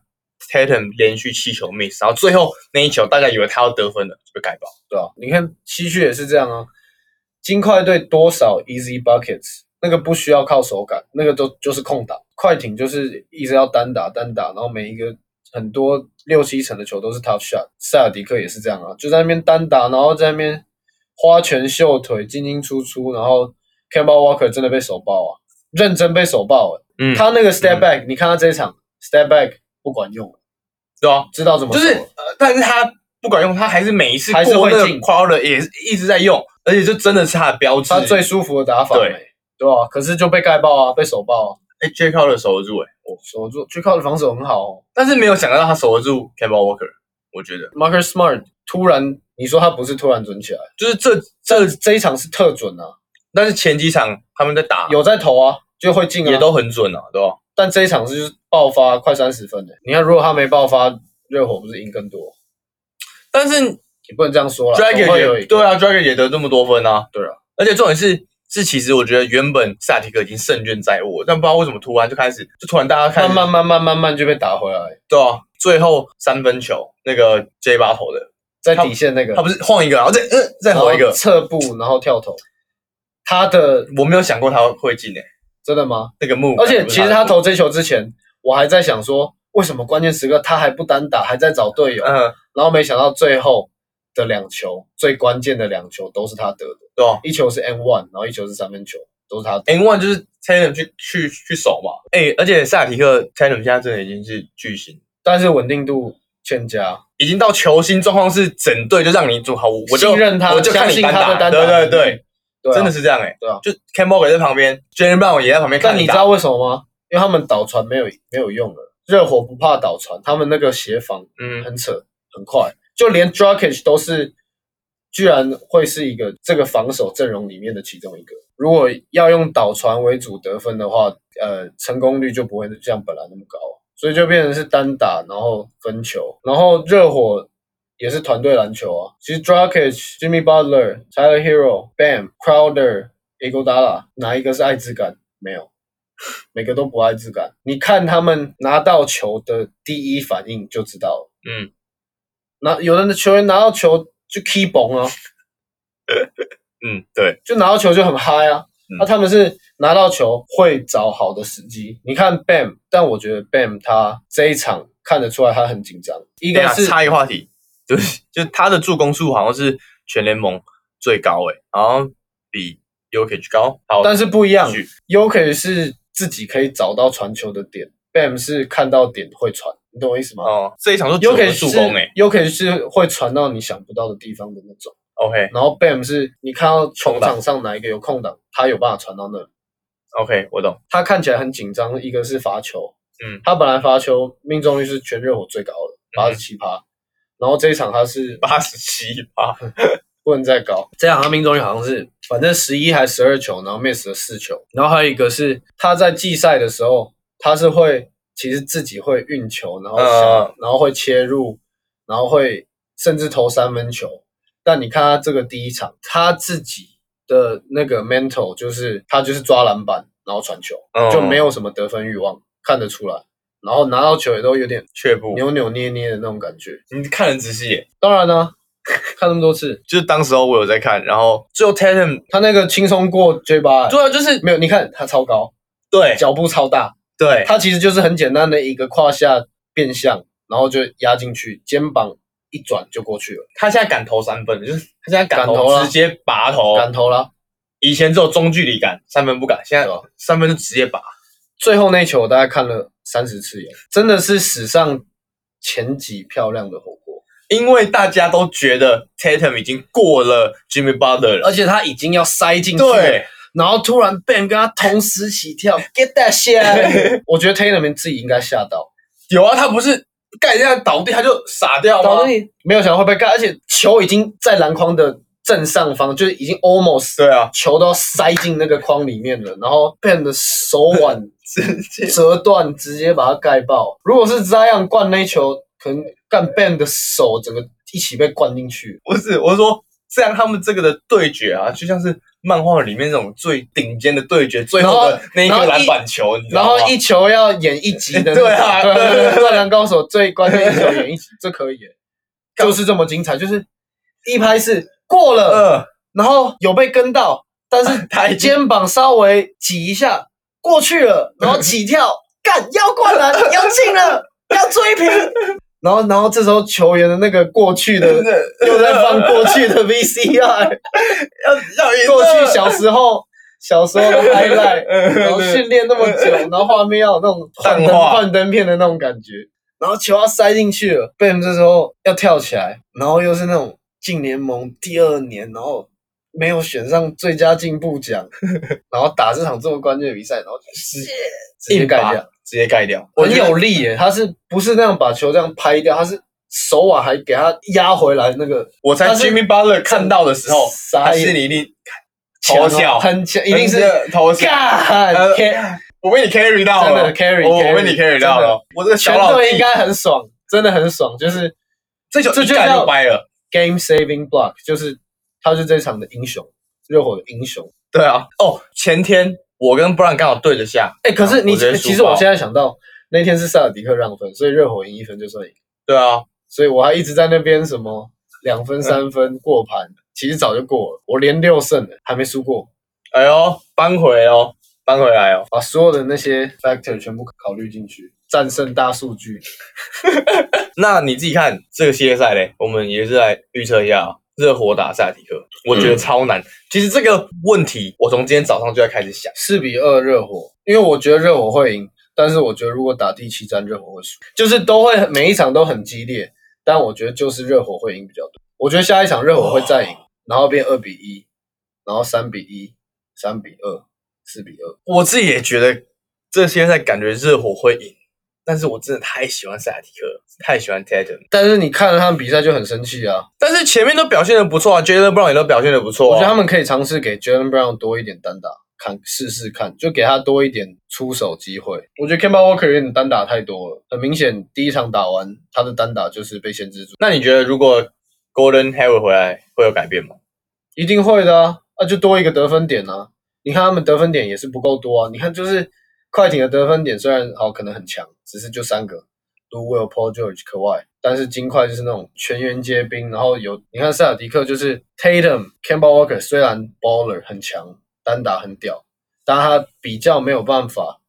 Speaker 2: ，Tatum 连续七球 miss，然后最后那一球大家以为他要得分了，就被盖爆。
Speaker 3: 对啊，你看西区也是这样啊，金块队多少 easy buckets，那个不需要靠手感，那个都就是空档。快艇就是一直要单打单打，然后每一个很多六七成的球都是 tough shot。塞尔迪克也是这样啊，就在那边单打，然后在那边花拳绣腿，进进出出，然后 c a m b a Walker 真的被手爆啊，认真被手爆、欸。
Speaker 2: 嗯
Speaker 3: 他那个 step back，、你看他这一场 step back 不管用了，
Speaker 2: 对啊，
Speaker 3: 知道怎么
Speaker 2: 就是
Speaker 3: 守了
Speaker 2: 呃，但是他不管用，他还是每一次
Speaker 3: 还是
Speaker 2: 过
Speaker 3: 会
Speaker 2: 那个
Speaker 3: 进
Speaker 2: crowder 也是一直在用，而且这真的是他的标志。
Speaker 3: 他最舒服的打法
Speaker 2: 对
Speaker 3: 没，对吧、可是就被盖爆啊，被手爆啊。
Speaker 2: 哎 J c o 的守得住、欸，
Speaker 3: 我守住，就靠的防守很好、哦。
Speaker 2: 但是没有想到他守得住 c a m b a Walker，我觉得
Speaker 3: Marker Smart 突然，你说他不是突然准起来，
Speaker 2: 就是这
Speaker 3: 这
Speaker 2: 这，
Speaker 3: 这一场是特准啊，
Speaker 2: 但是前几场他们在打
Speaker 3: 有在投啊，就会进啊，
Speaker 2: 也都很准啊，对吧？
Speaker 3: 但这一场是就是爆发快三十分的、欸你看，如果他没爆发，热火不是赢更多？
Speaker 2: 但是
Speaker 3: 也不能这样说啦，总
Speaker 2: Dragon
Speaker 3: 会有
Speaker 2: 也
Speaker 3: 一个
Speaker 2: 对啊，Dragon 也得这么多分啊，
Speaker 3: 对啊，
Speaker 2: 而且重点是。是，其实我觉得原本萨提克已经胜券在握，但不知道为什么突然就开始，就突然大家开始
Speaker 3: 慢慢慢慢慢慢就被打回来，
Speaker 2: 对啊，最后三分球那个 J 八投的，
Speaker 3: 在底线那个，
Speaker 2: 他不是晃一个，然后再呃再
Speaker 3: 然后
Speaker 2: 投一个，
Speaker 3: 侧步，然后跳投，他的
Speaker 2: 我没有想过他会进诶、欸
Speaker 3: 真的吗？
Speaker 2: 那个木，
Speaker 3: 而且其实他投这球之前，我还在想说，为什么关键时刻他还不单打，还在找队友？
Speaker 2: 嗯，
Speaker 3: 然后没想到最后的两球，最关键的两球都是他得的，
Speaker 2: 对啊
Speaker 3: 一球是 N one，然后一球是三分球，都是他得。
Speaker 2: ，N one 就是 Tatum 去去去守嘛，哎、而且萨提克 Tatum 现在真的已经是巨星，
Speaker 3: 但是稳定度欠佳，
Speaker 2: 已经到球星状况是整队就让你做好，我我就
Speaker 3: 信任他
Speaker 2: 我就看你
Speaker 3: 相信他的
Speaker 2: 打，
Speaker 3: 单打
Speaker 2: 对对
Speaker 3: 能力
Speaker 2: 对，
Speaker 3: 对、啊，
Speaker 2: 真的。是这样哎、
Speaker 3: 对啊
Speaker 2: 就 Cam b o 在旁边 j a r e n Brown 也在旁边看
Speaker 3: 但你知
Speaker 2: 打
Speaker 3: 道为什么吗？因为他们倒传没有没有用了，热火不怕倒传，他们那个协防
Speaker 2: 嗯，
Speaker 3: 很扯，很快，就连 d r a k i c 都是，居然会是一个这个防守阵容里面的其中一个。如果要用导传为主得分的话，呃，成功率就不会像本来那么高，所以就变成是单打，然后分球，然后热火。也是团队篮球啊，其实 d r a k i c Jimmy Butler、Tyler Hero、Bam、Crowder、e g o d a l a 哪一个是爱之感？没有，每个都不爱之感。你看他们拿到球的第一反应就知道了。拿有的球员拿到球就 key 崩啊，
Speaker 2: 嗯，对，
Speaker 3: 就拿到球就很嗨啊。
Speaker 2: 嗯
Speaker 3: 那、他们是拿到球会找好的时机。你看 Bam，但我觉得 Bam 他这一场看得出来他很紧张。一
Speaker 2: 应
Speaker 3: 个
Speaker 2: 该
Speaker 3: 是
Speaker 2: 插啊一个话题，对，就是他的助攻数好像是全联盟最高哎、好像比 u k i 高，好，
Speaker 3: 但是不一样
Speaker 2: 继续
Speaker 3: ，UK 是自己可以找到传球的点，Bam 是看到点会传，你懂我意思吗
Speaker 2: 哦，这一场就九个
Speaker 3: UK
Speaker 2: 助
Speaker 3: 是
Speaker 2: 攻哎、
Speaker 3: UK 是会传到你想不到的地方的那种，
Speaker 2: OK
Speaker 3: 然后 Bam 是你看到球
Speaker 2: 空档
Speaker 3: 场上哪一个有空档，他有办法传到那里。
Speaker 2: OK，我懂，
Speaker 3: 他看起来很紧张，一个是罚球，
Speaker 2: 嗯
Speaker 3: 他本来罚球命中率是全热火最高的八十七趴，然后这一场他是
Speaker 2: 八十七八，
Speaker 3: 不能再高，这场他命中率好像是反正十一还十二球，然后 miss 了四球，然后还有一个是他在季赛的时候，他是会其实自己会运球，然后
Speaker 2: 嗯
Speaker 3: 想，然后会切入，然后会甚至投三分球。但你看他这个第一场，他自己的那个 mental 就是他就是抓篮板，然后传球，
Speaker 2: 嗯
Speaker 3: 就没有什么得分欲望，看得出来。然后拿到球也都有点
Speaker 2: 却步。
Speaker 3: 扭扭捏捏的那种感觉。
Speaker 2: 你看得仔细耶，
Speaker 3: 当然呢、 看那么多次，
Speaker 2: 就是当时候我有在看，然后最后 Tatum，
Speaker 3: 他那个轻松过 J 八、
Speaker 2: 对啊，就是
Speaker 3: 没有，你看他超高，
Speaker 2: 对
Speaker 3: 脚步超大，
Speaker 2: 对，
Speaker 3: 他其实就是很简单的一个胯下变向，然后就压进去，肩膀一转就过去了，
Speaker 2: 他现在敢投三分，就是他现在敢
Speaker 3: 敢投
Speaker 2: 投
Speaker 3: 啦
Speaker 2: 直接拔投，
Speaker 3: 敢投啦。
Speaker 2: 以前只有中距离敢，三分不敢，现在
Speaker 3: 对啊
Speaker 2: 三分就直接拔。
Speaker 3: 最后那一球我大概看了三十次耶，真的是史上前几漂亮的火锅，
Speaker 2: 因为大家都觉得 Tatum 已经过了 Jimmy Butler 了，
Speaker 3: 而且他已经要塞进去了，
Speaker 2: 对，
Speaker 3: 然后突然 Ben 跟他同时起 跳，Get that shit！我觉得 Taylor 自己应该吓到，
Speaker 2: 有啊，他不是盖一下倒地他就傻掉啊吗？
Speaker 3: 倒地没有想到会被盖，而且球已经在篮筐的正上方，就是已经 almost
Speaker 2: 对啊，
Speaker 3: 球都要塞进那个框里面了，然后 Ben 的手 腕
Speaker 2: 直接
Speaker 3: 折断，直接把它盖爆。如果是这样灌那一球，可能干 Ben 的手整个一起被灌进去。
Speaker 2: 不是，我是说这样他们这个的对决啊，就像是漫画里面那种最顶尖的对决，最后的那一
Speaker 3: 然
Speaker 2: 个
Speaker 3: 后
Speaker 2: 篮板球，你知
Speaker 3: 然
Speaker 2: 道吗
Speaker 3: 后一球要演一集的那种，
Speaker 2: 对啊
Speaker 3: 啊 对
Speaker 2: 对
Speaker 3: 对
Speaker 2: 对
Speaker 3: 对，灌篮高手最关键一球演一集，这可以耶，就是这么精彩，就是一拍是过了，
Speaker 2: 呃，
Speaker 3: 然后有被跟到，但是
Speaker 2: 他已经
Speaker 3: 肩膀稍微挤一下过去了，然后起跳，干要灌篮，要进了，要追平，然后然后这时候球员的那个过 去的
Speaker 2: 真的
Speaker 3: 又在放过去的 VCR，
Speaker 2: 要要赢
Speaker 3: 过
Speaker 2: 了
Speaker 3: 去小时候。小时候的 highlight，
Speaker 2: 嗯
Speaker 3: 然后
Speaker 2: 对
Speaker 3: 训练那么久，然后画面要有那种幻灯
Speaker 2: 淡化
Speaker 3: 幻灯片的那种感觉，然后球要塞进去了，贝姆这时候要跳起来，然后又是那种进联盟第二年，然后没有选上最佳进步 奖，然后打这场这么关键的比赛，然后直接
Speaker 2: 硬
Speaker 3: 盖
Speaker 2: 拔
Speaker 3: 掉，，
Speaker 2: 直接盖掉，
Speaker 3: 很有力耶！他是不是那样把球这样拍掉？他是手腕还给他压回来，那个
Speaker 2: 我猜
Speaker 3: 他是
Speaker 2: Jimmy Butler 看到的时候，
Speaker 3: 傻
Speaker 2: 他
Speaker 3: 眼
Speaker 2: 心里一定偷笑，
Speaker 3: 啊很强，一定是啊
Speaker 2: 偷笑。
Speaker 3: 干
Speaker 2: 呃
Speaker 3: K
Speaker 2: 我被你 carry 到了
Speaker 3: 真的 carry，
Speaker 2: 我我
Speaker 3: carry，
Speaker 2: 被你 carry 到了
Speaker 3: 真的，
Speaker 2: 我这个
Speaker 3: 全
Speaker 2: 小老弟
Speaker 3: 队应该很爽，真的很爽，就是
Speaker 2: 这球
Speaker 3: 这
Speaker 2: 一
Speaker 3: 就
Speaker 2: 盖就
Speaker 3: 叫
Speaker 2: 掰了。
Speaker 3: game saving block，就是他是这场的英雄，热火的英雄。
Speaker 2: 对啊，哦，前天我跟 Brown 刚好对着下，
Speaker 3: 哎、可是你
Speaker 2: 啊我直接输
Speaker 3: 其实我
Speaker 2: 爆
Speaker 3: 现在想到那天是塞尔迪克让分，所以热火赢一分就算赢，
Speaker 2: 对啊，
Speaker 3: 所以我还一直在那边什么两
Speaker 2: 嗯
Speaker 3: 分三分过盘，其实早就过了，我连六胜了，还没输过，
Speaker 2: 哎呦，扳回哦，扳回来哦，
Speaker 3: 把所有的那些 factor 全部考虑进去，战胜大数据。
Speaker 2: 那你自己看这个系列赛嘞，我们也是来预测一下、啊、热火打塞尔提克，我觉得超难。其实这个问题，我从今天早上就在开始想。
Speaker 3: 四比二热火，因为我觉得热火会赢，但是我觉得如果打第七战，热火会输，就是都会每一场都很激烈，但我觉得就是热火会赢比较多。我觉得下一场热火会再赢，然后变二比一，然后三比一，三比二，四比二。
Speaker 2: 我自己也觉得这些在感觉热火会赢，但是我真的太喜欢塞尔提克了，太喜欢 Tatum，
Speaker 3: 但是你看了他们比赛就很生气啊！
Speaker 2: 但是前面都表现的不错啊，Jalen Brown 也都表现的不错、啊，
Speaker 3: 我觉得他们可以尝试给 Jalen Brown 多一点单打，看试试看，就给他多一点出手机会。我觉得 Kemba Walker 有点单打太多了，很明显第一场打完他的单打就是被限制住。
Speaker 2: 那你觉得如果 Golden Hayward 回来会有改变吗？
Speaker 3: 一定会的啊，啊就多一个得分点啊。你看他们得分点也是不够多啊。你看就是快艇的得分点虽然好可能很强，只是就三个，卢 Will、Paul George、k a w i 但是金块就是那种全员皆兵，然后有你看塞尔迪克就是 Tatum、Kemba Walker 虽然 baller 很强，单打很屌，但他比较没有办法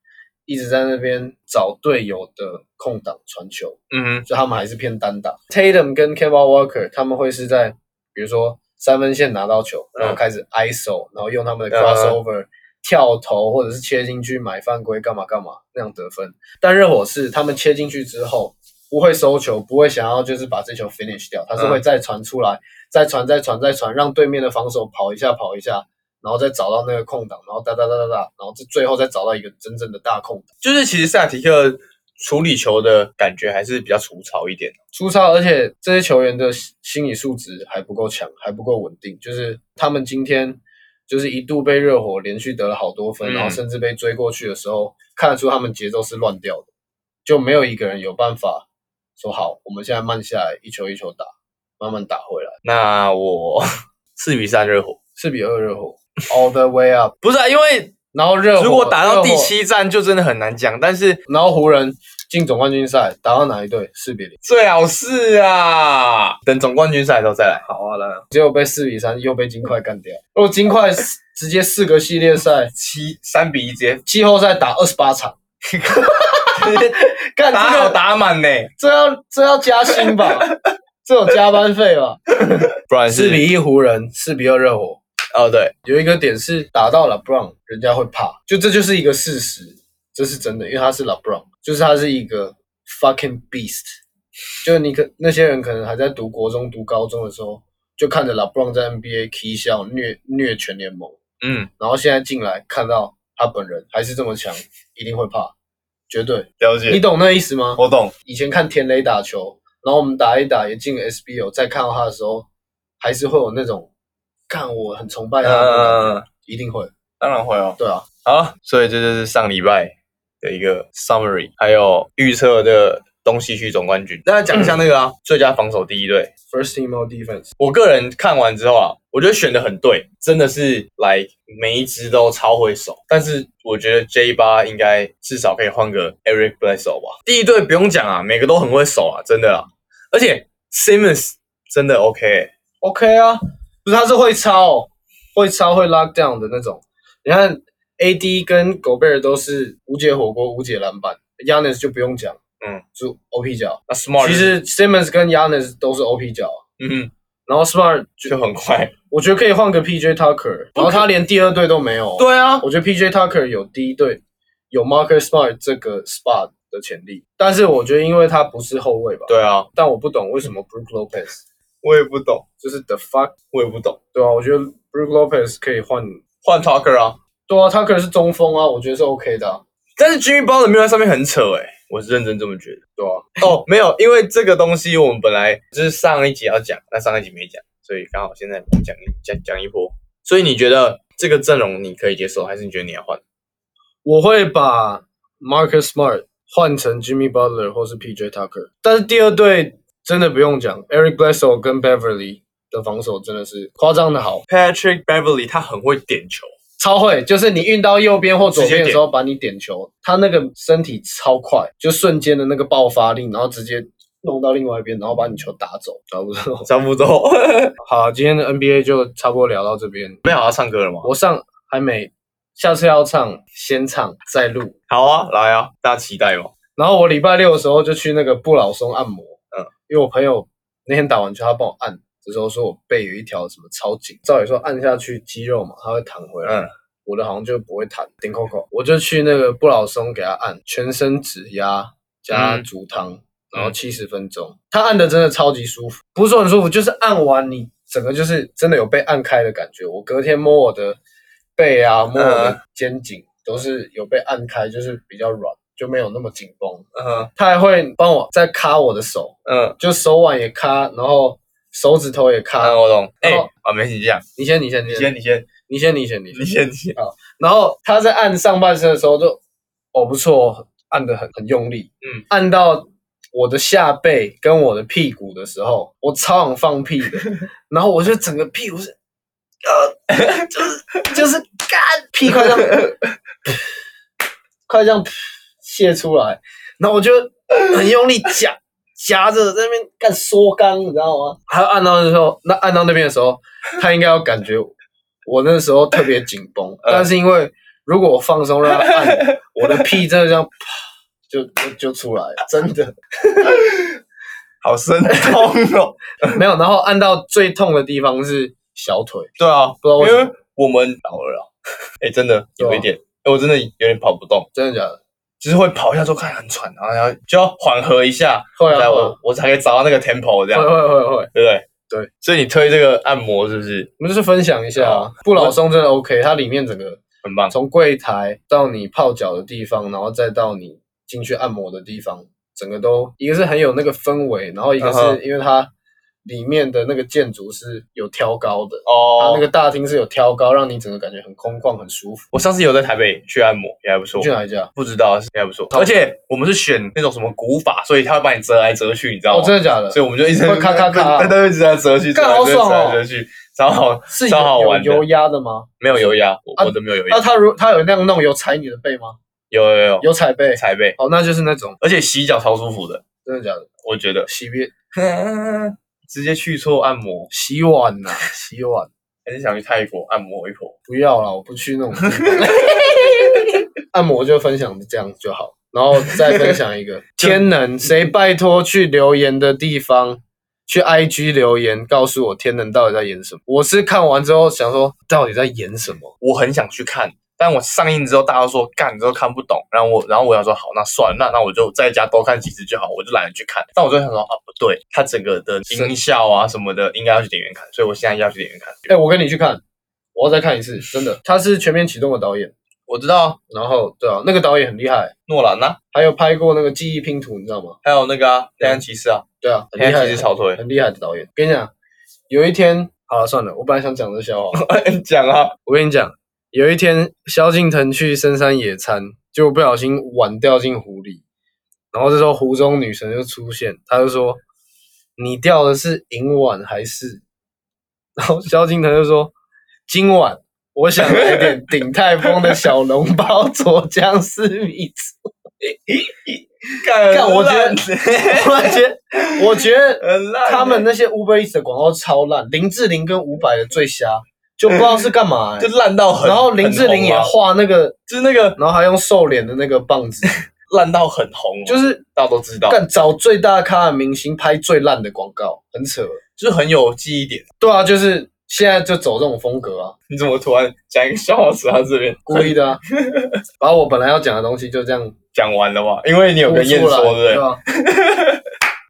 Speaker 3: 一直在那边找队友的空档传球。
Speaker 2: 嗯哼，
Speaker 3: 就他们还是偏单打。Tatum 跟 Kemba Walker 他们会是在比如说三分线拿到球，
Speaker 2: 嗯
Speaker 3: 然后开始 ISO，然后用他们
Speaker 2: 嗯
Speaker 3: 的 crossover、跳投或者是切进去买犯规干嘛干嘛那样得分。但热火是他们切进去之后不会收球，不会想要就是把这球 finish 掉，他是
Speaker 2: 嗯
Speaker 3: 会再传出来，再传再传再传，让对面的防守跑一下跑一下。然后再找到那个空档，然后哒哒哒哒哒，然后这最后再找到一个真正的大空档。
Speaker 2: 就是其实塞尔提克处理球的感觉还是比较粗糙一点。
Speaker 3: 粗糙，而且这些球员的心心理素质还不够强，还不够稳定。就是他们今天就是一度被热火连续得了好多分，
Speaker 2: 嗯
Speaker 3: 然后甚至被追过去的时候，看得出他们节奏是乱掉的。就没有一个人有办法说好，我们现在慢下来，一球一球打，慢慢打回来。
Speaker 2: 那我 四比三热火，
Speaker 3: 四比二热火 all the way up，
Speaker 2: 不是、啊、因为
Speaker 3: 然后热火
Speaker 2: 如果打到第，
Speaker 3: 热
Speaker 2: 七战就真的很难讲，但是
Speaker 3: 火然后湖人进总冠军赛打到哪一队？四比零，
Speaker 2: 最好是啊，等总冠军赛之后再来。好啊，来
Speaker 3: 结果被四比三又被金块干掉。如果金块 直接四个系列赛
Speaker 2: 七三比一直接
Speaker 3: 季后赛打二十 八场，干
Speaker 2: 打
Speaker 3: 这
Speaker 2: 好
Speaker 3: 个
Speaker 2: 打满呢、
Speaker 3: 这要这要加薪 吧？这有加班费吧？
Speaker 2: 不然
Speaker 3: 四比一湖人，四比二热火。
Speaker 2: 哦对，
Speaker 3: 有一个点是打到 LeBron，人家会怕，就这就是一个事实，这是真的，因为他是 LeBron，就是他是一个 fucking beast。就你可那些人可能还在读国中、读高中的时候，就看着 LeBron 在 NBA 踢笑虐虐全联盟，
Speaker 2: 嗯，
Speaker 3: 然后现在进来看到他本人还是这么强，一定会怕，绝对。
Speaker 2: 了
Speaker 3: 你。懂那意思吗？
Speaker 2: 我懂，
Speaker 3: 以前看田雷打球，然后我们打一打也进 SBO，再看到他的时候，还是会有那种看我很崇拜他的感觉，
Speaker 2: 嗯，
Speaker 3: 一定会。
Speaker 2: 当然会哦。
Speaker 3: 对啊，
Speaker 2: 好，所以这就是上礼拜的一个 summary，还有预测的东西区总冠军。那讲一下那个啊，最佳防守第一队。
Speaker 3: First team all defense，
Speaker 2: 我个人看完之后啊，我觉得选的很对，真的是来每一支都超会守。但是我觉得 J 八应该至少可以换个 Eric Bledsoe 吧。第一队不用讲啊，每个都很会守啊，真的啊。而且 Simmons 真的 OK，、
Speaker 3: OK 啊，不是他是会抄，会抄会 lock down 的那种。你看 AD 跟狗贝尔都是无解火锅、无解篮板，Yanis 就不用讲，
Speaker 2: 嗯，
Speaker 3: 就 OP 脚。
Speaker 2: 那 Smart
Speaker 3: 其实 Simmons 跟 Yanis 都是 OP 脚，
Speaker 2: 嗯
Speaker 3: 然后 Smart 就
Speaker 2: 就很快。
Speaker 3: 我觉得可以换个 PJ Tucker，然后他连第二队都没有。
Speaker 2: 对啊，
Speaker 3: 我觉得 PJ Tucker 有第一队有 Marcus Smart 这个 spot 的潜力，但是我觉得因为他不是后卫吧，，
Speaker 2: 对啊，
Speaker 3: 但我不懂为什么 Brook Lopez
Speaker 2: 我也不懂，
Speaker 3: 就是 the fuck，
Speaker 2: 我也不懂。
Speaker 3: 对啊，我觉得 Brook Lopez 可以换，
Speaker 2: 换 Tucker 啊，
Speaker 3: 对啊，Tucker 是中锋啊，我觉得是 OK 的、啊，
Speaker 2: 但是 Jimmy Butler 没有在上面很扯诶、我是认真这么觉得。
Speaker 3: 对啊，
Speaker 2: 哦，没有，因为这个东西我们本来就是上一集要讲，但上一集没讲，所以刚好现在讲一讲讲一波。所以你觉得这个阵容你可以接受，还是你觉得你要换？
Speaker 3: 我会把 Marcus Smart 换成 Jimmy Butler 或是 PJ Tucker，但是第二队真的不用讲，Eric Bledsoe 跟 Beverly 的防守真的是夸张的好。
Speaker 2: Patrick Beverly 他很会点球，
Speaker 3: 超会，就是你运到右边或左边
Speaker 2: 直接
Speaker 3: 的
Speaker 2: 点
Speaker 3: 时候，把你点球，他那个身体超快，就瞬间的那个爆发力，然后直接弄到另外一边，然后把你球打走，差不多。
Speaker 2: 差不多。
Speaker 3: 好，今天的 NBA 就差不多聊到这边。
Speaker 2: 没有要唱歌了吗？
Speaker 3: 我上还没，下次要唱先唱再录。
Speaker 2: 好啊，来啊，大家期待嘛。
Speaker 3: 然后我礼拜六的时候就去那个不老松按摩，
Speaker 2: 嗯
Speaker 3: 嗯，因为我朋友那天打完球，他帮我按，这时候说我背有一条什么超紧，照理说按下去肌肉嘛，它会弹回来，
Speaker 2: 嗯
Speaker 3: 我的好像就不会弹，顶扣扣，我就去那个不老松给他按，全身指压加
Speaker 2: 嗯
Speaker 3: 足汤，然后七十分钟，他按的真的超级舒服，不是说很舒服，就是按完你整个就是真的有被按开的感觉，我隔天摸我的背啊，摸我
Speaker 2: 嗯
Speaker 3: 的肩颈都是有被按开，就是比较软。就没有那么紧绷，
Speaker 2: 嗯
Speaker 3: 他还会帮我再卡我的手，
Speaker 2: 嗯
Speaker 3: 就手腕也卡，然后手指头也卡。
Speaker 2: 嗯，我懂。哎、
Speaker 3: 然后
Speaker 2: 啊，没事，你讲，
Speaker 3: 你先，你先，
Speaker 2: 你
Speaker 3: 你
Speaker 2: 先，
Speaker 3: 先，
Speaker 2: 你先，
Speaker 3: 你先，你先，你
Speaker 2: 你
Speaker 3: 先。
Speaker 2: 先，你先。
Speaker 3: 然后他在按上半身的时候就，哦不错，按的很很用力，
Speaker 2: 嗯，
Speaker 3: 按到我的下背跟我的屁股的时候，我超想放屁的，然后我就整个屁股是，呃， 就是就是干屁快这样， 快这样泄出来，然后我就很用力夹夹着在那边干缩肛，你知道吗？还有按到的时候，那按到那边的时候，他应该要感觉我那时候特别紧
Speaker 2: 嗯
Speaker 3: 绷，但是因为如果我放松让他按，我的屁真的这样啪就就就出来了，真 的
Speaker 2: 好生动哦。
Speaker 3: 没有。然后按到最痛的地方是小腿，
Speaker 2: 对啊，
Speaker 3: 不知道为
Speaker 2: 因
Speaker 3: 什
Speaker 2: 为
Speaker 3: 么，
Speaker 2: 我们老了 啦。哎、真的
Speaker 3: 对啊
Speaker 2: 有一点，哎、我真的有点跑不动。
Speaker 3: 真的假的？
Speaker 2: 就是会跑一下之后看很喘，然后要就要缓和一下，
Speaker 3: 会啊
Speaker 2: 才
Speaker 3: 会
Speaker 2: 我
Speaker 3: 啊
Speaker 2: 我才可以找到那个 tempo 这
Speaker 3: 会
Speaker 2: 样，
Speaker 3: 会会会，
Speaker 2: 对啊不对？
Speaker 3: 对，
Speaker 2: 所以你推这个按摩是不是
Speaker 3: 我们就是分享一下啊
Speaker 2: 好，
Speaker 3: 不老松真的 OK，它里面整个
Speaker 2: 很棒？
Speaker 3: 从柜台到你泡脚的地方，然后再到你进去按摩的地方，整个都一个是很有那个氛围，然后一个
Speaker 2: 嗯
Speaker 3: 是因为它里面的那个建筑是有挑高的，它
Speaker 2: 哦
Speaker 3: 那个大厅是有挑高，让你整个感觉很空旷、很舒服。
Speaker 2: 我上次有在台北去按摩，也还不错
Speaker 3: 你。去哪一家？
Speaker 2: 不知道是还不错，而且我们是选那种什么古法，所以他会把你折来折去，你知道
Speaker 3: 哦，
Speaker 2: 吗？
Speaker 3: 真的假的？
Speaker 2: 所以我们就一直
Speaker 3: 会咔 咔咔
Speaker 2: 他都一直在折来折去，折
Speaker 3: 干
Speaker 2: 来
Speaker 3: 好
Speaker 2: 折去，
Speaker 3: 爽
Speaker 2: 折
Speaker 3: 哦
Speaker 2: 来折去，超好，
Speaker 3: 是
Speaker 2: 超好
Speaker 3: 有
Speaker 2: 玩的
Speaker 3: 有。油压的吗？
Speaker 2: 没有油压，我
Speaker 3: 啊
Speaker 2: 我的没有油压
Speaker 3: 那，他如他有那样弄，有踩你的背吗？
Speaker 2: 有有有
Speaker 3: 有踩背。
Speaker 2: 踩背，
Speaker 3: 哦，那就是那种
Speaker 2: 而且洗脚超舒服的，
Speaker 3: 真的假的？
Speaker 2: 我觉得。
Speaker 3: 洗面
Speaker 2: 直接去错按摩，
Speaker 3: 洗 碗呐、洗碗
Speaker 2: 还是想去泰国按摩一波。
Speaker 3: 不要啦，我不去那种 地方。按摩就分享这样就好，然后再分 享一个天能，谁拜托去留言的地方。去 IG 留言告诉我天能到底在演什么？我是看完之后想说，到底在演什么？
Speaker 2: 我很想去看，但我上映之后大家都说干，你都看不懂，然后我然后我想说好，那算了，那那我就在家多看几次就好，我就懒得去看。但我就想说啊，不对，它整个的音效啊什么的，应该要去电影院看，所以我现在要去电影院看。
Speaker 3: 哎、我跟你去看，我要再看一次，真的。他是《全面启动》的导演，
Speaker 2: 我知道
Speaker 3: 然后对啊，那个导演很厉害，
Speaker 2: 诺兰呐、啊，
Speaker 3: 还有拍过那个《记忆拼图》，你知道吗？
Speaker 2: 还有那个、啊《
Speaker 3: 嗯
Speaker 2: 黑暗骑士》啊，
Speaker 3: 对啊，
Speaker 2: 《
Speaker 3: 很
Speaker 2: 黑
Speaker 3: 厉
Speaker 2: 暗
Speaker 3: 害
Speaker 2: 骑士》草推，
Speaker 3: 很厉害的导演。跟你讲，有一天，好了，算了，我本来想讲这笑话。
Speaker 2: 讲啊，
Speaker 3: 我跟你讲，有一天萧敬腾去深山野餐，结果不小心碗掉进湖里，然后这时候湖中女神就出现，她就说：“你掉的是银碗还是？” 然后萧敬腾就说：“今晚我想 来点鼎泰丰的小笼包 佐姜丝米醋。”
Speaker 2: 干
Speaker 3: 干我觉得
Speaker 2: 得
Speaker 3: 我觉得，我觉 得
Speaker 2: 很烂欸
Speaker 3: 他们那些 Uber Eats 的广告超烂，林志玲跟伍佰的最瞎，就不知道是干嘛、
Speaker 2: 就
Speaker 3: 欸。
Speaker 2: 烂到很，
Speaker 3: 然后林志玲也
Speaker 2: 很红啊
Speaker 3: 画那个，
Speaker 2: 就是那个
Speaker 3: 然后还用瘦脸的那个棒子，
Speaker 2: 烂到很红哦，
Speaker 3: 就是
Speaker 2: 大家都知道，
Speaker 3: 干找最大咖的明星拍最烂的广告，很扯。
Speaker 2: 就是很有记忆点。
Speaker 3: 对啊，就是现在就走这种风格啊，
Speaker 2: 你怎么突然讲一个笑话死到这边？
Speaker 3: 故意的啊，把我本来要讲的东西就这样
Speaker 2: 讲完了吧？因为你有
Speaker 3: 吐
Speaker 2: 跟燕
Speaker 3: 出来，
Speaker 2: 说，对不对
Speaker 3: 对吧？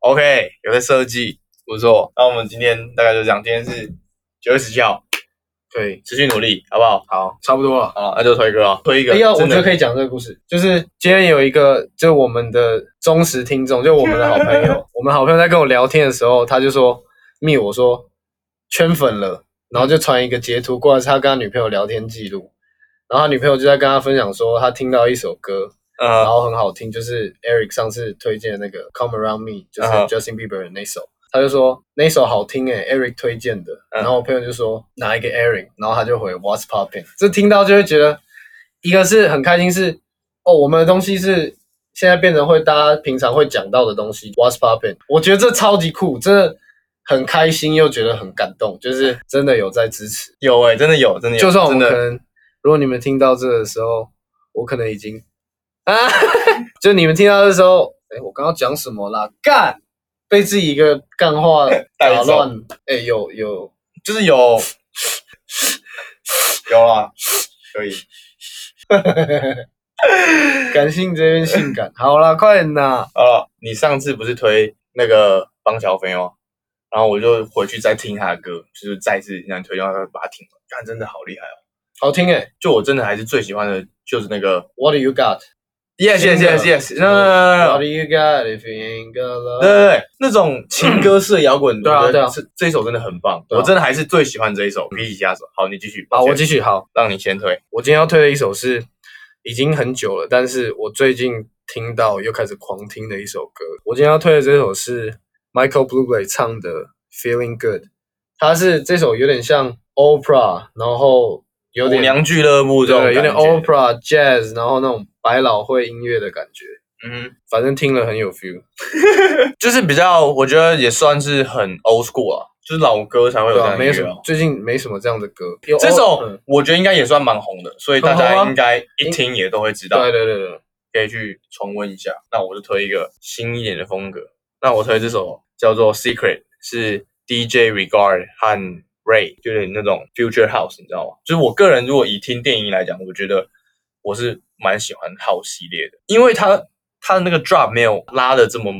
Speaker 2: ？OK，有在设计，不错。那我们今天大概就这样，今天是九月十七号，
Speaker 3: 可以，
Speaker 2: 持续努力，好不好？
Speaker 3: 好，差不多了。
Speaker 2: 好，那就推歌啊，推一个。
Speaker 3: 哎呀，我
Speaker 2: 真
Speaker 3: 觉
Speaker 2: 的
Speaker 3: 得可以讲这个故事，就是今天有一个，就是我们的忠实听众，就我们的好朋 友，我们好朋友在跟我聊天的时候，他就说密我说圈粉了，然后就传一个截图过来，是他跟他女朋友聊天记录，然后他女朋友就在跟他分享说，他听到一首歌，然
Speaker 2: 呃，
Speaker 3: 后很好听，就是 Eric 上次推荐的那个 Come Around Me，就是
Speaker 2: 嗯哼
Speaker 3: Justin Bieber 的那首，他就说那首好听诶、e r i c 推荐的。
Speaker 2: 嗯
Speaker 3: 然后我朋友就说哪一个 Eric，然后他就回 What's Popping。这听到就会觉得，一个是很开心是，哦，我们的东西是现在变成会大家平常会讲到的东西，What's Popping。我觉得这超级酷，真的很开心又觉得很感动，就是真的有在支持。
Speaker 2: 有哎，真的有，真的有，
Speaker 3: 就算我
Speaker 2: 真
Speaker 3: 们可
Speaker 2: 的
Speaker 3: 能，如果你们听到这的时候，我可能已经啊， 就你们听到的时候，哎、我刚刚讲什么啦？干，被自己一个干话打 乱。哎、有有，
Speaker 2: 就是有， 有啦，可以。
Speaker 3: 感性这边性感， 好啦，快点啦。
Speaker 2: 好了，哦你上次不是推那个邦乔飞吗？然后我就回去再听他的歌，就是再次让你推荐，把它听了，但真的好厉害哦！
Speaker 3: 好听哎、
Speaker 2: 就我真的还是最喜欢的就是那个
Speaker 3: w h a t do you got？
Speaker 2: Yes Yes Yes Yes，no no no
Speaker 3: What do
Speaker 2: no，
Speaker 3: you got if you ain't got
Speaker 2: 对
Speaker 3: love？
Speaker 2: 对对，那种情歌式的摇滚，
Speaker 3: 对
Speaker 2: 我
Speaker 3: 啊
Speaker 2: 觉得
Speaker 3: 对啊
Speaker 2: 这这一首真的很棒，
Speaker 3: 对啊嗯
Speaker 2: 我真的还是最喜欢这一首，比起其他首。好，你继续，
Speaker 3: 好，
Speaker 2: 抱歉
Speaker 3: 我继续。好，
Speaker 2: 让你先推，
Speaker 3: 我今天要推的一首是已经很久了，但是我最近听到又开始狂听的一首歌。我今天要推的这首是 Michael Bublé 唱的《Feeling Good》，它是这首有点像 Oprah，然后有
Speaker 2: 舞
Speaker 3: 点
Speaker 2: 娘俱乐部这种
Speaker 3: 对，有点
Speaker 2: 感觉
Speaker 3: Oprah Jazz，然后那种百老汇音乐的感觉，
Speaker 2: 嗯，
Speaker 3: 反正听了很有 feel。
Speaker 2: 就是比较，我觉得也算是很 old school 啊，就是老歌才会有
Speaker 3: 对
Speaker 2: 这样
Speaker 3: 啊，
Speaker 2: 的
Speaker 3: 没有
Speaker 2: 音
Speaker 3: 什
Speaker 2: 乐啊
Speaker 3: 么，最近没什么这样的歌。有
Speaker 2: 这
Speaker 3: O-
Speaker 2: 首
Speaker 3: 嗯
Speaker 2: 我觉得应该也算蛮红的，所以大
Speaker 3: 很红
Speaker 2: 家
Speaker 3: 啊
Speaker 2: 应该一听也都会知道，
Speaker 3: 对对对对，
Speaker 2: 可以去重温一下。那我就推一个新一点的风格，那我推这首叫做《Secret》，是 DJ Regard 和 Ray，就有点那种 Future House，你知道吗？就是我个人如果以听电音来讲，我觉得我是蛮喜欢 House 系列的，因为它它的那个 drop 没有拉的这么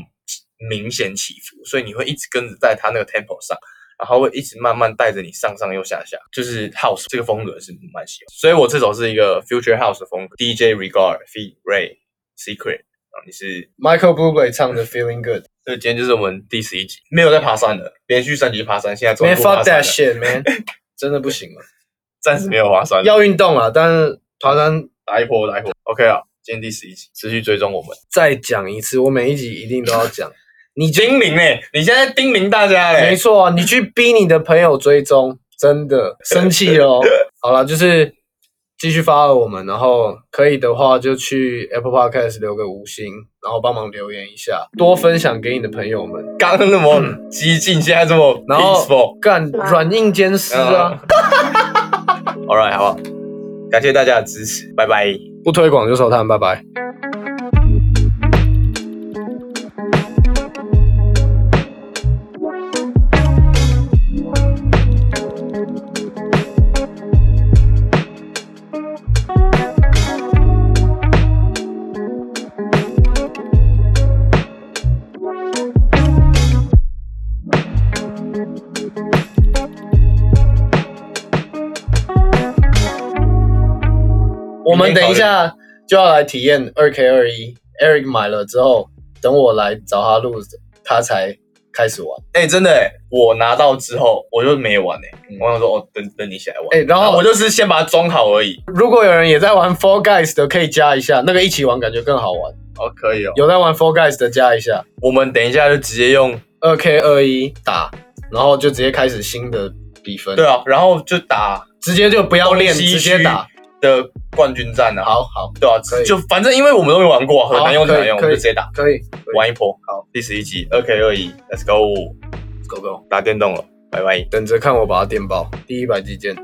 Speaker 2: 明显起伏，所以你会一直跟着在它那个 tempo 上。然后会一直慢慢带着你上上又下下，就是 house 这个风格是蛮喜欢，所以我这首是一个 future house 的风格，DJ Regard、f e Ray、Secret，然后你是
Speaker 3: ，Michael Bublé 唱的《Feeling Good》。
Speaker 2: 所以今天就是我们第十一集，没有在爬山了，连续三集爬山，现在终于
Speaker 3: 没
Speaker 2: 不爬山
Speaker 3: fuck that
Speaker 2: 了，
Speaker 3: shit man，真的不行了，
Speaker 2: 暂时没有爬山了，
Speaker 3: 要运动啊，但是爬山
Speaker 2: 打一波打一波，OK 啊，今天第十一集，持续追踪我们。
Speaker 3: 再讲一次，我每一集一定都要讲。
Speaker 2: 你叮咛嘞，欸你现在叮咛大家欸
Speaker 3: 没
Speaker 2: 嘞，
Speaker 3: 错啊，你去逼你的朋友追踪， 真的生气哦。好了，就是继续发了我们，然后可以的话就去 Apple Podcast 留个五星，然后帮忙留言一下，多分享给你的朋友们。
Speaker 2: 刚刚那么激进，现在这么
Speaker 3: 然后
Speaker 2: 嗯 peaceful，
Speaker 3: 干软硬兼施啊，
Speaker 2: ，All right，好不好？感谢大家的支持，拜拜。
Speaker 3: 不推广就收摊，拜拜。我们等一下就要来体验二 K 二一，Eric 买了之后，等我来找他录，他才开始玩。
Speaker 2: 哎、真的、欸，我拿到之后我就没玩哎、我想说哦，等等你起来玩。啊
Speaker 3: 哎嗯然后
Speaker 2: 我就是先把它装好而已。
Speaker 3: 如果有人也在玩 Four Guys 的，可以加一下，那个一起玩感觉更好玩。
Speaker 2: 哦，可以哦。
Speaker 3: 有在玩 Four Guys 的加一下，
Speaker 2: 我们等一下就直接用，
Speaker 3: 二 K 二一打，然后就直接开始新的比分。
Speaker 2: 对，啊，然后就打
Speaker 3: 直接就不要练，
Speaker 2: 东西
Speaker 3: 直接
Speaker 2: 区
Speaker 3: 打。
Speaker 2: 的冠军战啊。，
Speaker 3: 好好，
Speaker 2: 对啊
Speaker 3: 可以，
Speaker 2: 就反正因为我们都没玩过，很
Speaker 3: 好
Speaker 2: 难用就
Speaker 3: 可以
Speaker 2: 难用，我
Speaker 3: 可以
Speaker 2: 们就直接打
Speaker 3: 可以，可以
Speaker 2: 玩一波。好，第十一集二 K 二一，Let's go，
Speaker 3: 狗狗，
Speaker 2: 打电动了，拜拜。
Speaker 3: 等着看我把它电爆。第一百集见。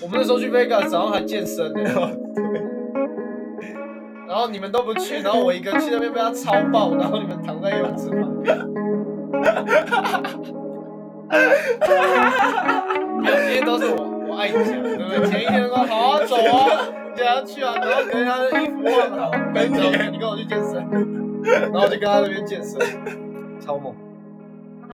Speaker 3: 我们那时候去 Vegas，然后还健身 呢、然后你们都不去，然后我一个人去那边被他超爆，然后你们躺在游泳池旁。没有，今天都是我，我爱你讲，对不对？前一天说好啊，走啊，你等下去啊，然后跟他的衣服换好，跟你走，你跟我去健身，然后我就跟他那边健身，超猛。